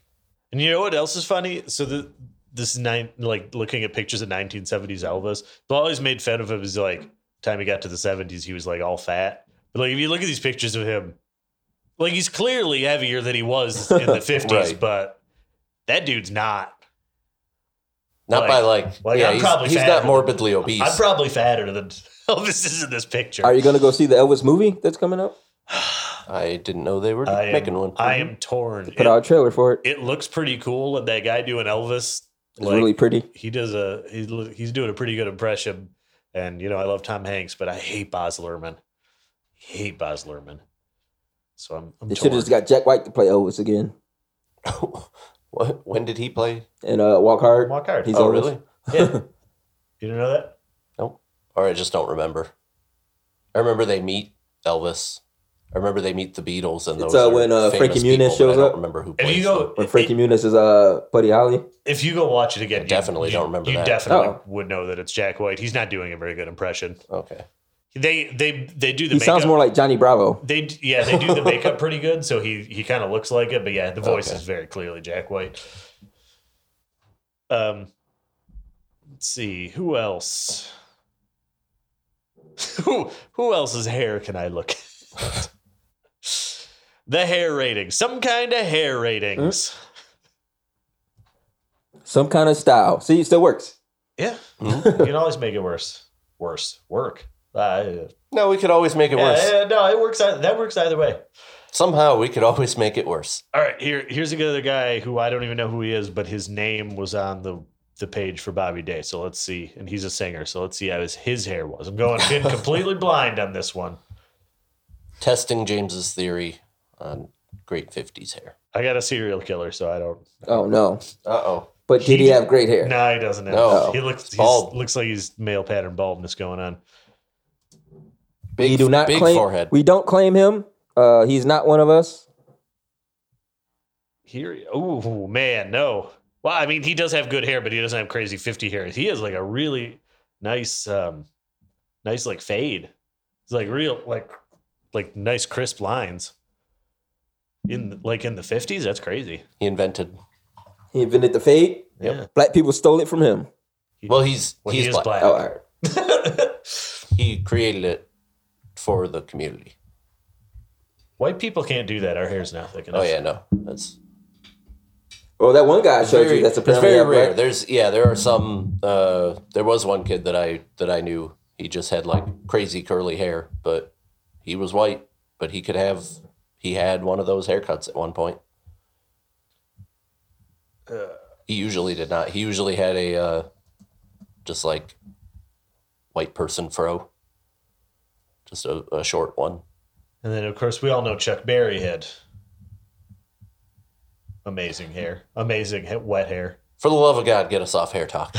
[SPEAKER 1] And you know what else is funny? So the this nine like looking at pictures of 1970s Elvis, they always made fun of him as like time he got to the 70s, he was like all fat. But like if you look at these pictures of him, like he's clearly heavier than he
[SPEAKER 3] [laughs]
[SPEAKER 1] was in the 50s,
[SPEAKER 3] Right.
[SPEAKER 1] but that dude's not.
[SPEAKER 3] Not
[SPEAKER 1] Like-
[SPEAKER 3] by like.
[SPEAKER 1] like,
[SPEAKER 3] yeah,
[SPEAKER 1] I'm
[SPEAKER 3] he's,
[SPEAKER 1] probably
[SPEAKER 3] he's
[SPEAKER 1] fat.
[SPEAKER 3] not morbidly obese.
[SPEAKER 1] I'm probably fatter than [laughs] Elvis is in this picture. [sighs]
[SPEAKER 2] Are you gonna go see the Elvis movie that's coming up?
[SPEAKER 3] I didn't know they were
[SPEAKER 1] I am,
[SPEAKER 3] making one.
[SPEAKER 1] I am torn.
[SPEAKER 2] Put
[SPEAKER 1] It,
[SPEAKER 2] out a trailer for it.
[SPEAKER 1] it looks pretty cool, and that guy doing Elvis,
[SPEAKER 2] It's really pretty.
[SPEAKER 1] he does a he's he's doing a pretty good impression. And you know, I love Tom Hanks, but I hate Boz Luhrmann. Hate Boz Luhrmann. So I'm, I'm
[SPEAKER 2] They should
[SPEAKER 1] torn.
[SPEAKER 2] have just got Jack White to play Elvis again
[SPEAKER 3] [laughs] What? When did he play?
[SPEAKER 2] and uh, Walk Hard.
[SPEAKER 1] Walk hard.
[SPEAKER 2] He's
[SPEAKER 3] oh,
[SPEAKER 2] Elvis.
[SPEAKER 3] really?
[SPEAKER 1] Yeah. you don't know that?
[SPEAKER 3] Nope. Or I just don't remember. I remember they meet Elvis. I remember they meet the Beatles and
[SPEAKER 2] It's,
[SPEAKER 3] those.
[SPEAKER 2] uh,
[SPEAKER 3] are
[SPEAKER 2] when, uh,
[SPEAKER 3] famous
[SPEAKER 2] Frankie
[SPEAKER 3] people,
[SPEAKER 2] Muniz
[SPEAKER 3] but
[SPEAKER 2] shows
[SPEAKER 3] I don't
[SPEAKER 2] up.
[SPEAKER 3] remember who.
[SPEAKER 1] If
[SPEAKER 3] plays
[SPEAKER 1] you
[SPEAKER 3] them.
[SPEAKER 1] go
[SPEAKER 2] When Frankie Muniz is uh Buddy Holly.
[SPEAKER 1] if you go watch it again, you-
[SPEAKER 3] definitely
[SPEAKER 1] you,
[SPEAKER 3] don't remember
[SPEAKER 1] You
[SPEAKER 3] that.
[SPEAKER 1] definitely
[SPEAKER 2] Oh.
[SPEAKER 1] would know that it's Jack White. He's not doing a very good impression.
[SPEAKER 3] Okay.
[SPEAKER 1] They they they do the
[SPEAKER 2] He
[SPEAKER 1] makeup.
[SPEAKER 2] sounds more like Johnny Bravo.
[SPEAKER 1] they d- yeah they do the
[SPEAKER 3] [laughs]
[SPEAKER 1] makeup pretty good, so he he kind of looks like it. But yeah, the voice
[SPEAKER 3] Okay.
[SPEAKER 1] is very clearly Jack White. Um, let's see who else. [laughs] who who else's hair can I look?
[SPEAKER 3] [laughs]
[SPEAKER 1] at? the hair ratings, some kind of hair ratings.
[SPEAKER 3] Mm.
[SPEAKER 2] Some kind of style. See, it still works.
[SPEAKER 1] Yeah,
[SPEAKER 3] Mhm.
[SPEAKER 1] you can always make it worse. Worse work. Uh,
[SPEAKER 3] No, we could always make it
[SPEAKER 1] yeah,
[SPEAKER 3] worse.
[SPEAKER 1] yeah, no, it uh, works. ei- That works either way.
[SPEAKER 3] Somehow we could [laughs] always make it worse.
[SPEAKER 1] All right, here here's another guy who I don't even know who he is, but his name was on the the page for Bobby Day. So let's see, and he's a singer. So let's see how his, his hair was. I'm going
[SPEAKER 3] [laughs]
[SPEAKER 1] in completely blind on this one.
[SPEAKER 3] Testing James's theory on great 50s hair.
[SPEAKER 1] I got a serial killer, so I don't.
[SPEAKER 2] Oh no!
[SPEAKER 3] Uh oh.
[SPEAKER 2] But did he,
[SPEAKER 1] He-
[SPEAKER 2] have great hair?
[SPEAKER 1] No, he doesn't. Have,
[SPEAKER 3] No.
[SPEAKER 1] he looks he's,
[SPEAKER 3] Bald.
[SPEAKER 1] looks like he's male pattern baldness going on.
[SPEAKER 3] Big,
[SPEAKER 2] we do not
[SPEAKER 3] big
[SPEAKER 2] claim.
[SPEAKER 3] forehead.
[SPEAKER 2] We don't claim him. Uh, he's not one of us.
[SPEAKER 1] Here, oh man, no. Well, I mean, he does have good hair, but he doesn't have crazy fifty hair. He has like a really nice, um nice like fade. It's like real, like like nice crisp lines. In like in the fifties, that's crazy.
[SPEAKER 3] he invented.
[SPEAKER 2] He invented the fade.
[SPEAKER 1] Yeah.
[SPEAKER 2] Black people stole it from him.
[SPEAKER 3] Well, he's
[SPEAKER 1] Well,
[SPEAKER 3] he's
[SPEAKER 1] he is
[SPEAKER 3] black.
[SPEAKER 1] black.
[SPEAKER 2] Oh, all right.
[SPEAKER 3] He created it for the community.
[SPEAKER 1] White people can't do that. Our hair's not thick enough.
[SPEAKER 3] Oh yeah, no, that's
[SPEAKER 2] Well, that one guy I showed
[SPEAKER 3] very,
[SPEAKER 2] you. That's
[SPEAKER 3] that's
[SPEAKER 2] apparently
[SPEAKER 3] very
[SPEAKER 2] have black-
[SPEAKER 3] rare. There's yeah, there are some. Uh, there was one kid that I that I knew. He just had like crazy curly hair, but he was white. But he could have. He had one of those haircuts at one point.
[SPEAKER 2] Uh.
[SPEAKER 3] He usually did not. He usually had a uh, just like white person fro, just a, a short one.
[SPEAKER 1] And then of course we all know Chuck Berry had amazing hair, amazing he- wet hair.
[SPEAKER 3] For the love of God, get us off hair
[SPEAKER 2] [laughs]
[SPEAKER 3] talk.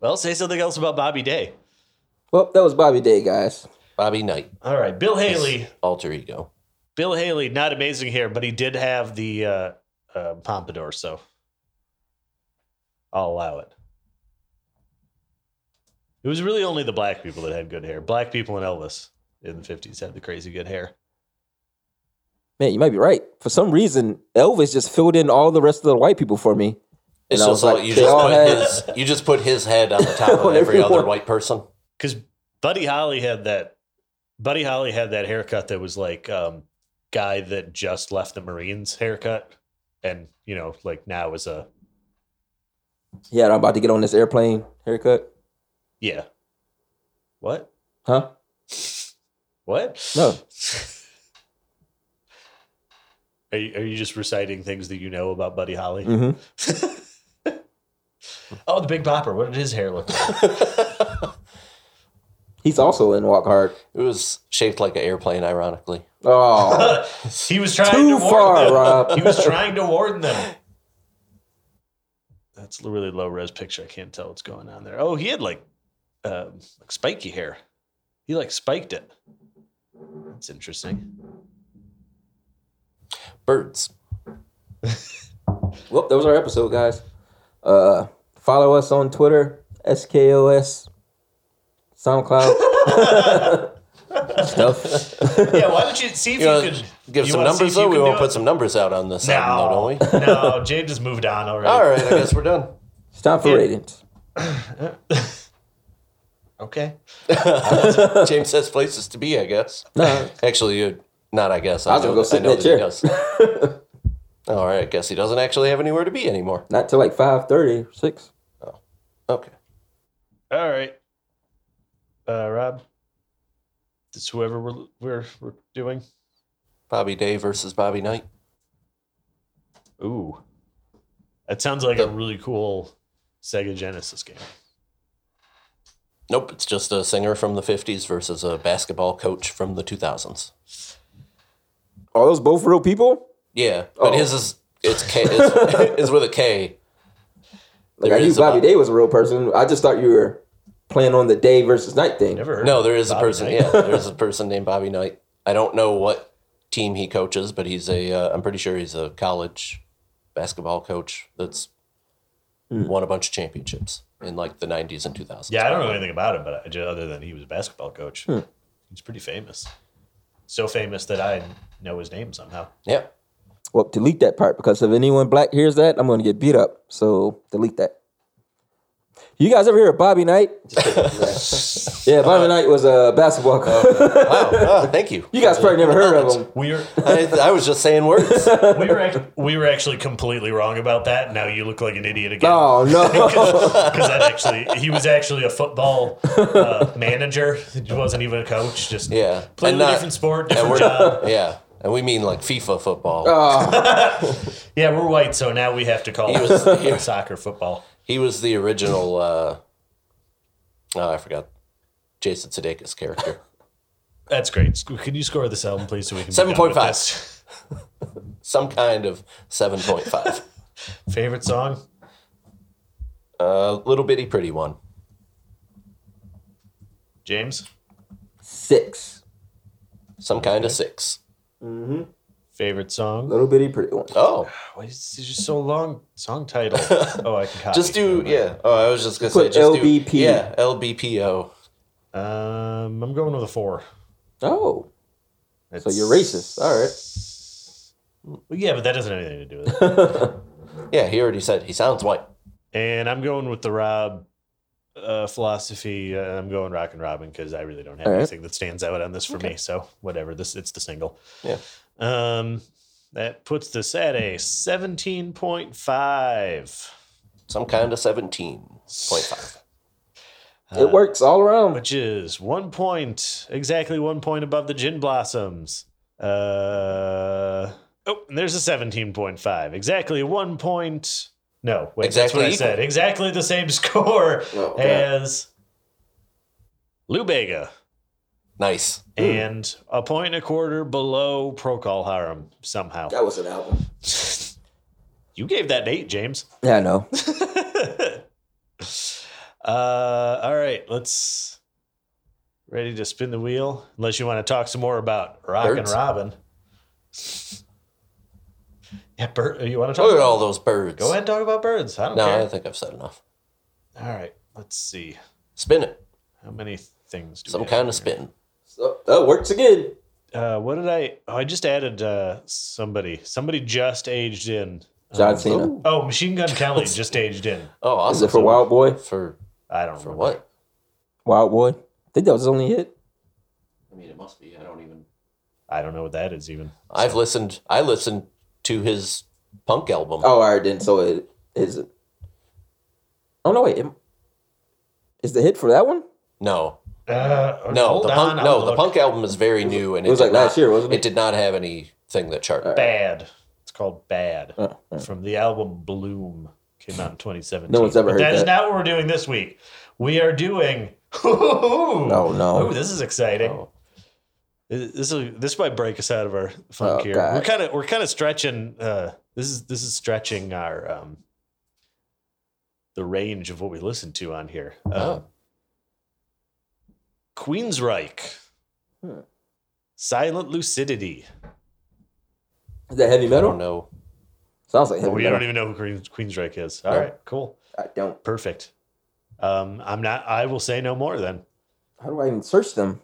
[SPEAKER 1] Well, say something else about Bobby Day.
[SPEAKER 2] Well, that was Bobby Day, guys.
[SPEAKER 3] Bobby Knight,
[SPEAKER 1] All right, Bill Haley.
[SPEAKER 3] alter ego.
[SPEAKER 1] Bill Haley, not amazing hair, but he did have the uh, uh, pompadour, so I'll allow it. It was really only the black people that had good hair. Black people and Elvis in the fifties had the crazy good hair.
[SPEAKER 2] Man, you might be right. For some reason, Elvis just filled in all the rest of the white people for me.
[SPEAKER 3] It's
[SPEAKER 2] And I
[SPEAKER 3] just
[SPEAKER 2] was like,
[SPEAKER 3] like you
[SPEAKER 2] they
[SPEAKER 3] just
[SPEAKER 2] all
[SPEAKER 3] put
[SPEAKER 2] had-
[SPEAKER 3] his you just put his head on the top of
[SPEAKER 2] [laughs] On
[SPEAKER 3] every other
[SPEAKER 2] everyone.
[SPEAKER 3] white person.
[SPEAKER 1] Because Buddy Holly had that. Buddy Holly had that haircut that was like um, guy that just left the Marines haircut, and you know, like now is a
[SPEAKER 2] Yeah, I'm about to get on this airplane haircut.
[SPEAKER 1] yeah. What?
[SPEAKER 2] Huh?
[SPEAKER 1] What?
[SPEAKER 2] No.
[SPEAKER 1] Are you, are you just reciting things that you know about Buddy Holly?
[SPEAKER 3] Mm.
[SPEAKER 2] hmm
[SPEAKER 1] Oh, the Big Bopper. What did his hair look like?
[SPEAKER 2] He's also in Walk Hard.
[SPEAKER 3] It was shaped like an airplane, ironically. [laughs]
[SPEAKER 2] Oh,
[SPEAKER 1] [laughs] he was trying
[SPEAKER 2] Too
[SPEAKER 1] to warn
[SPEAKER 2] far,
[SPEAKER 1] them.
[SPEAKER 2] Rob.
[SPEAKER 1] He was trying to warn them. [laughs] That's a really low res picture. I can't tell what's going on there. Oh, he had like, um like spiky hair. He like spiked it. That's interesting.
[SPEAKER 3] Birds.
[SPEAKER 2] well, that was our episode, guys. Uh, follow us on Twitter, SKOS, SoundCloud, [laughs] stuff.
[SPEAKER 1] Yeah, why don't you see if
[SPEAKER 3] [laughs] You
[SPEAKER 1] you,
[SPEAKER 3] wanna
[SPEAKER 1] could
[SPEAKER 3] Uh, give
[SPEAKER 1] you
[SPEAKER 3] some
[SPEAKER 1] wanna see if
[SPEAKER 3] numbers
[SPEAKER 1] you
[SPEAKER 3] though. We
[SPEAKER 1] can
[SPEAKER 3] won't
[SPEAKER 1] do
[SPEAKER 3] put
[SPEAKER 1] it?
[SPEAKER 3] some numbers out on this
[SPEAKER 1] No,
[SPEAKER 3] album, though, don't we? [laughs]
[SPEAKER 1] no, James has moved on already.
[SPEAKER 3] All right, I guess we're done.
[SPEAKER 2] It's time for ratings.
[SPEAKER 1] Okay.
[SPEAKER 3] James has places to be, I guess.
[SPEAKER 2] [laughs] No,
[SPEAKER 3] Actually, you not. I guess. I,
[SPEAKER 2] I was gonna
[SPEAKER 3] know
[SPEAKER 2] go
[SPEAKER 3] that-
[SPEAKER 2] sit
[SPEAKER 3] I
[SPEAKER 2] in
[SPEAKER 3] know
[SPEAKER 2] that
[SPEAKER 3] that he
[SPEAKER 2] chair.
[SPEAKER 3] does.
[SPEAKER 2] [laughs]
[SPEAKER 3] All right, I guess he doesn't actually have anywhere to be anymore.
[SPEAKER 2] not till like 5.30, 6.
[SPEAKER 3] Okay.
[SPEAKER 1] All right. Uh, Rob, it's whoever we're, we're, we're doing.
[SPEAKER 3] Bobby Day versus Bobby Knight.
[SPEAKER 1] Ooh. That sounds like a really cool Sega Genesis game.
[SPEAKER 3] Nope, it's just a singer from the 50s versus a basketball coach from the 2000s.
[SPEAKER 2] Are those both real people?
[SPEAKER 3] Yeah,
[SPEAKER 2] Oh.
[SPEAKER 3] but his is it's K
[SPEAKER 1] [laughs]
[SPEAKER 3] it's, it's with a K.
[SPEAKER 2] Like,
[SPEAKER 3] There
[SPEAKER 2] I knew
[SPEAKER 3] is a
[SPEAKER 2] Bobby
[SPEAKER 3] Bobby-
[SPEAKER 2] Day was a real person. I just thought you were playing on the day versus night thing.
[SPEAKER 1] Never heard
[SPEAKER 3] No,
[SPEAKER 1] of
[SPEAKER 3] there is a
[SPEAKER 1] Bobby
[SPEAKER 3] person.
[SPEAKER 1] Knight.
[SPEAKER 3] Yeah, there's a person named Bobby Knight. I don't know what team he coaches, but he's a. Uh, I'm pretty sure he's a college basketball coach that's won a bunch of championships in like the 90s and 2000s.
[SPEAKER 1] Hmm. Yeah, I don't know anything about him, but I, ju- other than he was a basketball coach,
[SPEAKER 3] Hmm.
[SPEAKER 1] he's pretty famous. So famous that I know his name somehow.
[SPEAKER 3] Yeah.
[SPEAKER 2] Well, delete that part because if anyone black hears that, I'm going to get beat up. So delete that. You guys ever hear of Bobby [laughs] Knight? yeah, Bobby Knight was a basketball coach.
[SPEAKER 3] Wow. Oh, thank you.
[SPEAKER 2] you guys probably never heard of him.
[SPEAKER 1] We were
[SPEAKER 3] I, I was just saying
[SPEAKER 1] [laughs]
[SPEAKER 3] words.
[SPEAKER 1] we were act- we were actually completely wrong about that. Now you look like an idiot again.
[SPEAKER 2] Oh no!
[SPEAKER 1] because that actually he was actually a football uh, manager. He wasn't even a coach. Just
[SPEAKER 3] Yeah.
[SPEAKER 1] played
[SPEAKER 3] And
[SPEAKER 1] a
[SPEAKER 3] not-
[SPEAKER 1] different sport,
[SPEAKER 3] And
[SPEAKER 1] different
[SPEAKER 3] we're
[SPEAKER 1] job. Uh,
[SPEAKER 3] yeah, And we mean like FIFA football.
[SPEAKER 2] Oh,
[SPEAKER 1] Yeah, we're white, so now we have to call
[SPEAKER 3] He
[SPEAKER 1] it
[SPEAKER 3] was- he was-
[SPEAKER 1] [laughs] soccer football.
[SPEAKER 3] He was the original. Uh, oh, I forgot. Jason Sudeikis character.
[SPEAKER 1] That's great. Sc- Could you score this album, please, so we can be done with
[SPEAKER 3] 7.5.
[SPEAKER 1] this?
[SPEAKER 3] [laughs] Some kind of seven point five.
[SPEAKER 1] Favorite song?
[SPEAKER 3] uh, little bitty pretty one.
[SPEAKER 1] James?
[SPEAKER 2] six.
[SPEAKER 3] Some kind of six.
[SPEAKER 1] Favorite song?
[SPEAKER 2] Little bitty pretty one.
[SPEAKER 3] Oh,
[SPEAKER 1] Why is this just so long? Song
[SPEAKER 3] [laughs]
[SPEAKER 1] title. Oh, I can copy.
[SPEAKER 3] just do yeah. Oh, I was just gonna say
[SPEAKER 2] Put
[SPEAKER 3] just do
[SPEAKER 2] LBP.
[SPEAKER 3] yeah LBPO.
[SPEAKER 1] Um, I'm going with a four.
[SPEAKER 2] Oh,
[SPEAKER 1] It's,
[SPEAKER 2] so you're racist. All right.
[SPEAKER 1] Well, yeah, but that doesn't have anything to do with it.
[SPEAKER 3] Yeah, he already said he sounds white.
[SPEAKER 1] and I'm going with the Rob uh, philosophy. Uh, I'm going rock and Robin because I really don't have
[SPEAKER 2] All right.
[SPEAKER 1] anything that stands out on this for me. So whatever. This it's the single.
[SPEAKER 3] Yeah.
[SPEAKER 1] Um, that puts this at a 17.5,
[SPEAKER 3] Some kind of seventeen point five.
[SPEAKER 2] it works all around.
[SPEAKER 1] which is one point exactly one point above the Gin Blossoms. Uh, oh, and there's a 17.5, exactly one point. No, wait,
[SPEAKER 3] Exactly
[SPEAKER 1] that's what I said.
[SPEAKER 3] equal.
[SPEAKER 1] Exactly the same [laughs] score
[SPEAKER 2] Oh, God.
[SPEAKER 1] as Lubega.
[SPEAKER 3] Nice.
[SPEAKER 1] and a point and a quarter below Procol Harum somehow.
[SPEAKER 2] That was an album.
[SPEAKER 1] You gave that an eight, James. [laughs]
[SPEAKER 2] Yeah, I know.
[SPEAKER 1] Uh, all right, let's ready to spin the wheel. Unless you want to talk some more about Rock and
[SPEAKER 3] Birds.
[SPEAKER 1] Robin. Yeah, bird. You want to talk?
[SPEAKER 3] Look at
[SPEAKER 1] About,
[SPEAKER 3] all those birds.
[SPEAKER 1] go ahead, and talk about birds. I don't
[SPEAKER 3] No, I
[SPEAKER 1] care.
[SPEAKER 3] think I've said enough.
[SPEAKER 1] All right, let's see
[SPEAKER 3] Spin it.
[SPEAKER 1] how many things. Do
[SPEAKER 3] Some
[SPEAKER 1] we have
[SPEAKER 3] kind of
[SPEAKER 1] here?
[SPEAKER 3] spin.
[SPEAKER 2] So, that works again.
[SPEAKER 1] Uh, what did I? Oh, I just added uh, somebody. Somebody just aged in.
[SPEAKER 2] John Cena.
[SPEAKER 3] ooh.
[SPEAKER 1] Oh, Machine Gun Kelly just aged in.
[SPEAKER 3] Oh,
[SPEAKER 2] Is
[SPEAKER 3] awesome.
[SPEAKER 2] it for Wild Boy?
[SPEAKER 3] For
[SPEAKER 1] I don't
[SPEAKER 3] for
[SPEAKER 1] remember.
[SPEAKER 3] what?
[SPEAKER 2] Wild Boy. I think that was his only hit.
[SPEAKER 3] I mean, it must be. I don't even.
[SPEAKER 1] I don't know what that is even.
[SPEAKER 3] I've listened. I listened to his punk album.
[SPEAKER 2] Oh, all right, then. So it is. Oh no, wait. It, is the hit for that one?
[SPEAKER 3] No,
[SPEAKER 1] Uh,
[SPEAKER 3] no,
[SPEAKER 1] hold
[SPEAKER 3] the
[SPEAKER 1] on,
[SPEAKER 3] punk.
[SPEAKER 1] I'll
[SPEAKER 3] No, the
[SPEAKER 1] look.
[SPEAKER 3] punk album is very new, and
[SPEAKER 2] It was
[SPEAKER 3] did
[SPEAKER 2] like last
[SPEAKER 3] not-
[SPEAKER 2] year, wasn't it?
[SPEAKER 3] It did not have anything that charted.
[SPEAKER 1] Bad. It's called Bad
[SPEAKER 2] Uh, uh.
[SPEAKER 1] from the album Bloom. Came out in 2017.
[SPEAKER 2] No one's ever
[SPEAKER 1] But
[SPEAKER 2] heard
[SPEAKER 1] That is
[SPEAKER 2] that.
[SPEAKER 1] not what we're doing this week. We are doing. [laughs] oh
[SPEAKER 2] no.
[SPEAKER 1] Ooh, this is exciting.
[SPEAKER 3] Oh.
[SPEAKER 1] This this will this might break us out of our funk
[SPEAKER 2] Oh,
[SPEAKER 1] here.
[SPEAKER 2] God.
[SPEAKER 1] We're kind of we're kind of stretching. Uh, this is this is stretching our um, the range of what we listen to on here. Um,
[SPEAKER 3] Oh.
[SPEAKER 1] Queensryche,
[SPEAKER 2] Hmm.
[SPEAKER 1] Silent Lucidity.
[SPEAKER 2] Is that heavy
[SPEAKER 3] I
[SPEAKER 2] metal?
[SPEAKER 3] don't know.
[SPEAKER 2] Sounds like heavy
[SPEAKER 1] Oh, We
[SPEAKER 2] metal.
[SPEAKER 1] don't even know who Queens, Queensryche is. All
[SPEAKER 2] No.
[SPEAKER 1] right, cool,
[SPEAKER 2] I don't.
[SPEAKER 1] perfect. Um, I'm not. I will say no more then
[SPEAKER 2] How do I even search them?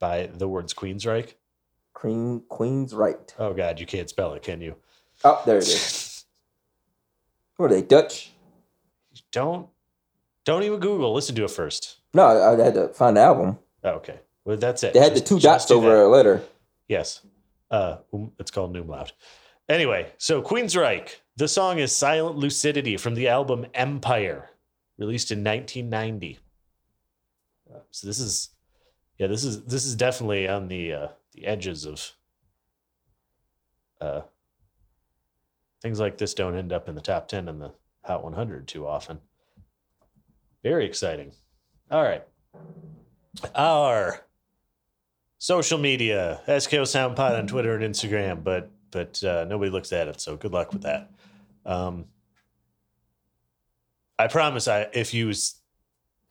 [SPEAKER 1] by the words Queensryche.
[SPEAKER 2] Queen, Queen's right.
[SPEAKER 1] Oh God, you can't spell it, can you?
[SPEAKER 2] Oh, there it is.
[SPEAKER 1] [laughs]
[SPEAKER 2] What are they Dutch?
[SPEAKER 1] Don't don't even Google. Listen to it first.
[SPEAKER 2] No, I, I had to find the album.
[SPEAKER 1] Oh, okay. Well, that's it.
[SPEAKER 2] They had the
[SPEAKER 1] Just-
[SPEAKER 2] two
[SPEAKER 1] just
[SPEAKER 2] dots
[SPEAKER 1] do
[SPEAKER 2] over
[SPEAKER 1] that.
[SPEAKER 2] a letter.
[SPEAKER 1] Yes. Uh, um, it's called Noomloud. Anyway, so Queensryche. The song is Silent Lucidity from the album Empire, released in 1990. Uh, so this is, yeah, this is this is definitely on the uh, the edges of. Uh, things like this don't end up in the top 10 in the Hot 100 too often. Very exciting. All right. Our social media SKO Sound Pod on Twitter and Instagram, but but uh, nobody looks at it, so good luck with that. Um, I promise, I if you s-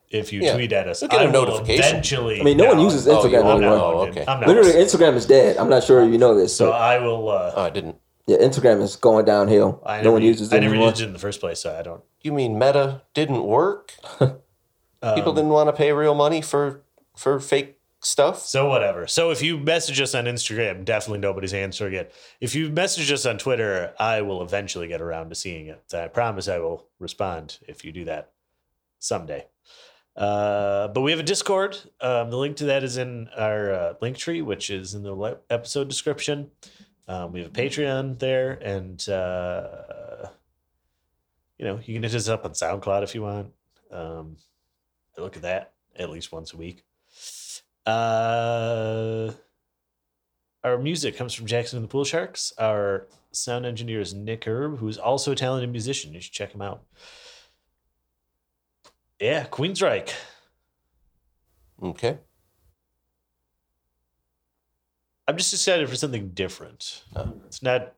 [SPEAKER 1] if you
[SPEAKER 3] Yeah,
[SPEAKER 1] tweet at us,
[SPEAKER 3] you'll get a
[SPEAKER 1] I will
[SPEAKER 3] notification.
[SPEAKER 1] eventually.
[SPEAKER 2] I mean, no one uses
[SPEAKER 1] I'm
[SPEAKER 3] Oh, you
[SPEAKER 2] Instagram
[SPEAKER 3] won't
[SPEAKER 1] not
[SPEAKER 2] anymore.
[SPEAKER 3] know. Oh,
[SPEAKER 1] logged in.
[SPEAKER 3] okay.
[SPEAKER 1] I'm not.
[SPEAKER 2] Literally, Instagram is dead. I'm not sure you know this.
[SPEAKER 1] so
[SPEAKER 2] So
[SPEAKER 1] I will. Uh,
[SPEAKER 3] Oh, I didn't.
[SPEAKER 2] yeah, Instagram is going downhill.
[SPEAKER 1] I never,
[SPEAKER 2] no one uses it
[SPEAKER 1] I never
[SPEAKER 2] anymore.
[SPEAKER 1] used it in the first place, so I don't.
[SPEAKER 3] You mean Meta didn't work?
[SPEAKER 1] um,
[SPEAKER 3] People didn't want to pay real money for for fake stuff.
[SPEAKER 1] So whatever. So if you message us on Instagram, definitely nobody's answering it. If you message us on Twitter, I will eventually get around to seeing it. I promise I will respond if you do that someday. Uh, but we have a Discord. Um, the link to that is in our uh, link tree, which is in the le- episode description. Um, we have a Patreon there, and uh, you know you can hit us up on SoundCloud if you want. Um, I look at that at least once a week. Uh, Our music comes from Jackson and the Pool Sharks. Our sound engineer is Nick Herb, who's also a talented musician. You should check him out. Yeah, Queensryche.
[SPEAKER 3] Okay.
[SPEAKER 1] I'm just excited for something different.
[SPEAKER 3] Uh,
[SPEAKER 1] It's not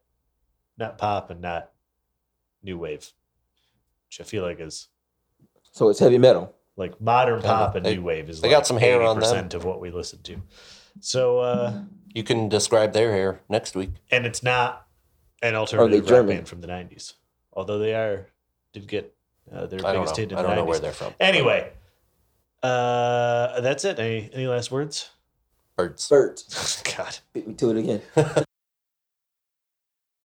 [SPEAKER 1] not pop and not new wave, which I feel like is
[SPEAKER 2] So it's heavy metal.
[SPEAKER 1] like modern
[SPEAKER 3] Kinda.
[SPEAKER 1] pop and
[SPEAKER 3] They-
[SPEAKER 1] new wave is
[SPEAKER 3] they
[SPEAKER 1] like
[SPEAKER 3] got some hair on them.
[SPEAKER 1] percent of what we listen to. So uh
[SPEAKER 3] you can describe their hair next week.
[SPEAKER 1] and it's not an alternative rock
[SPEAKER 2] German?
[SPEAKER 1] band from the 90s. Although they are did get uh, their
[SPEAKER 3] I don't
[SPEAKER 1] biggest
[SPEAKER 3] know.
[SPEAKER 1] hit in
[SPEAKER 3] I
[SPEAKER 1] the
[SPEAKER 3] don't know where
[SPEAKER 1] 90s.
[SPEAKER 3] they're from.
[SPEAKER 1] Anyway, uh that's it. Any any last words? [laughs]
[SPEAKER 3] Birds.
[SPEAKER 2] Bert,
[SPEAKER 1] God.
[SPEAKER 2] beat me to it again.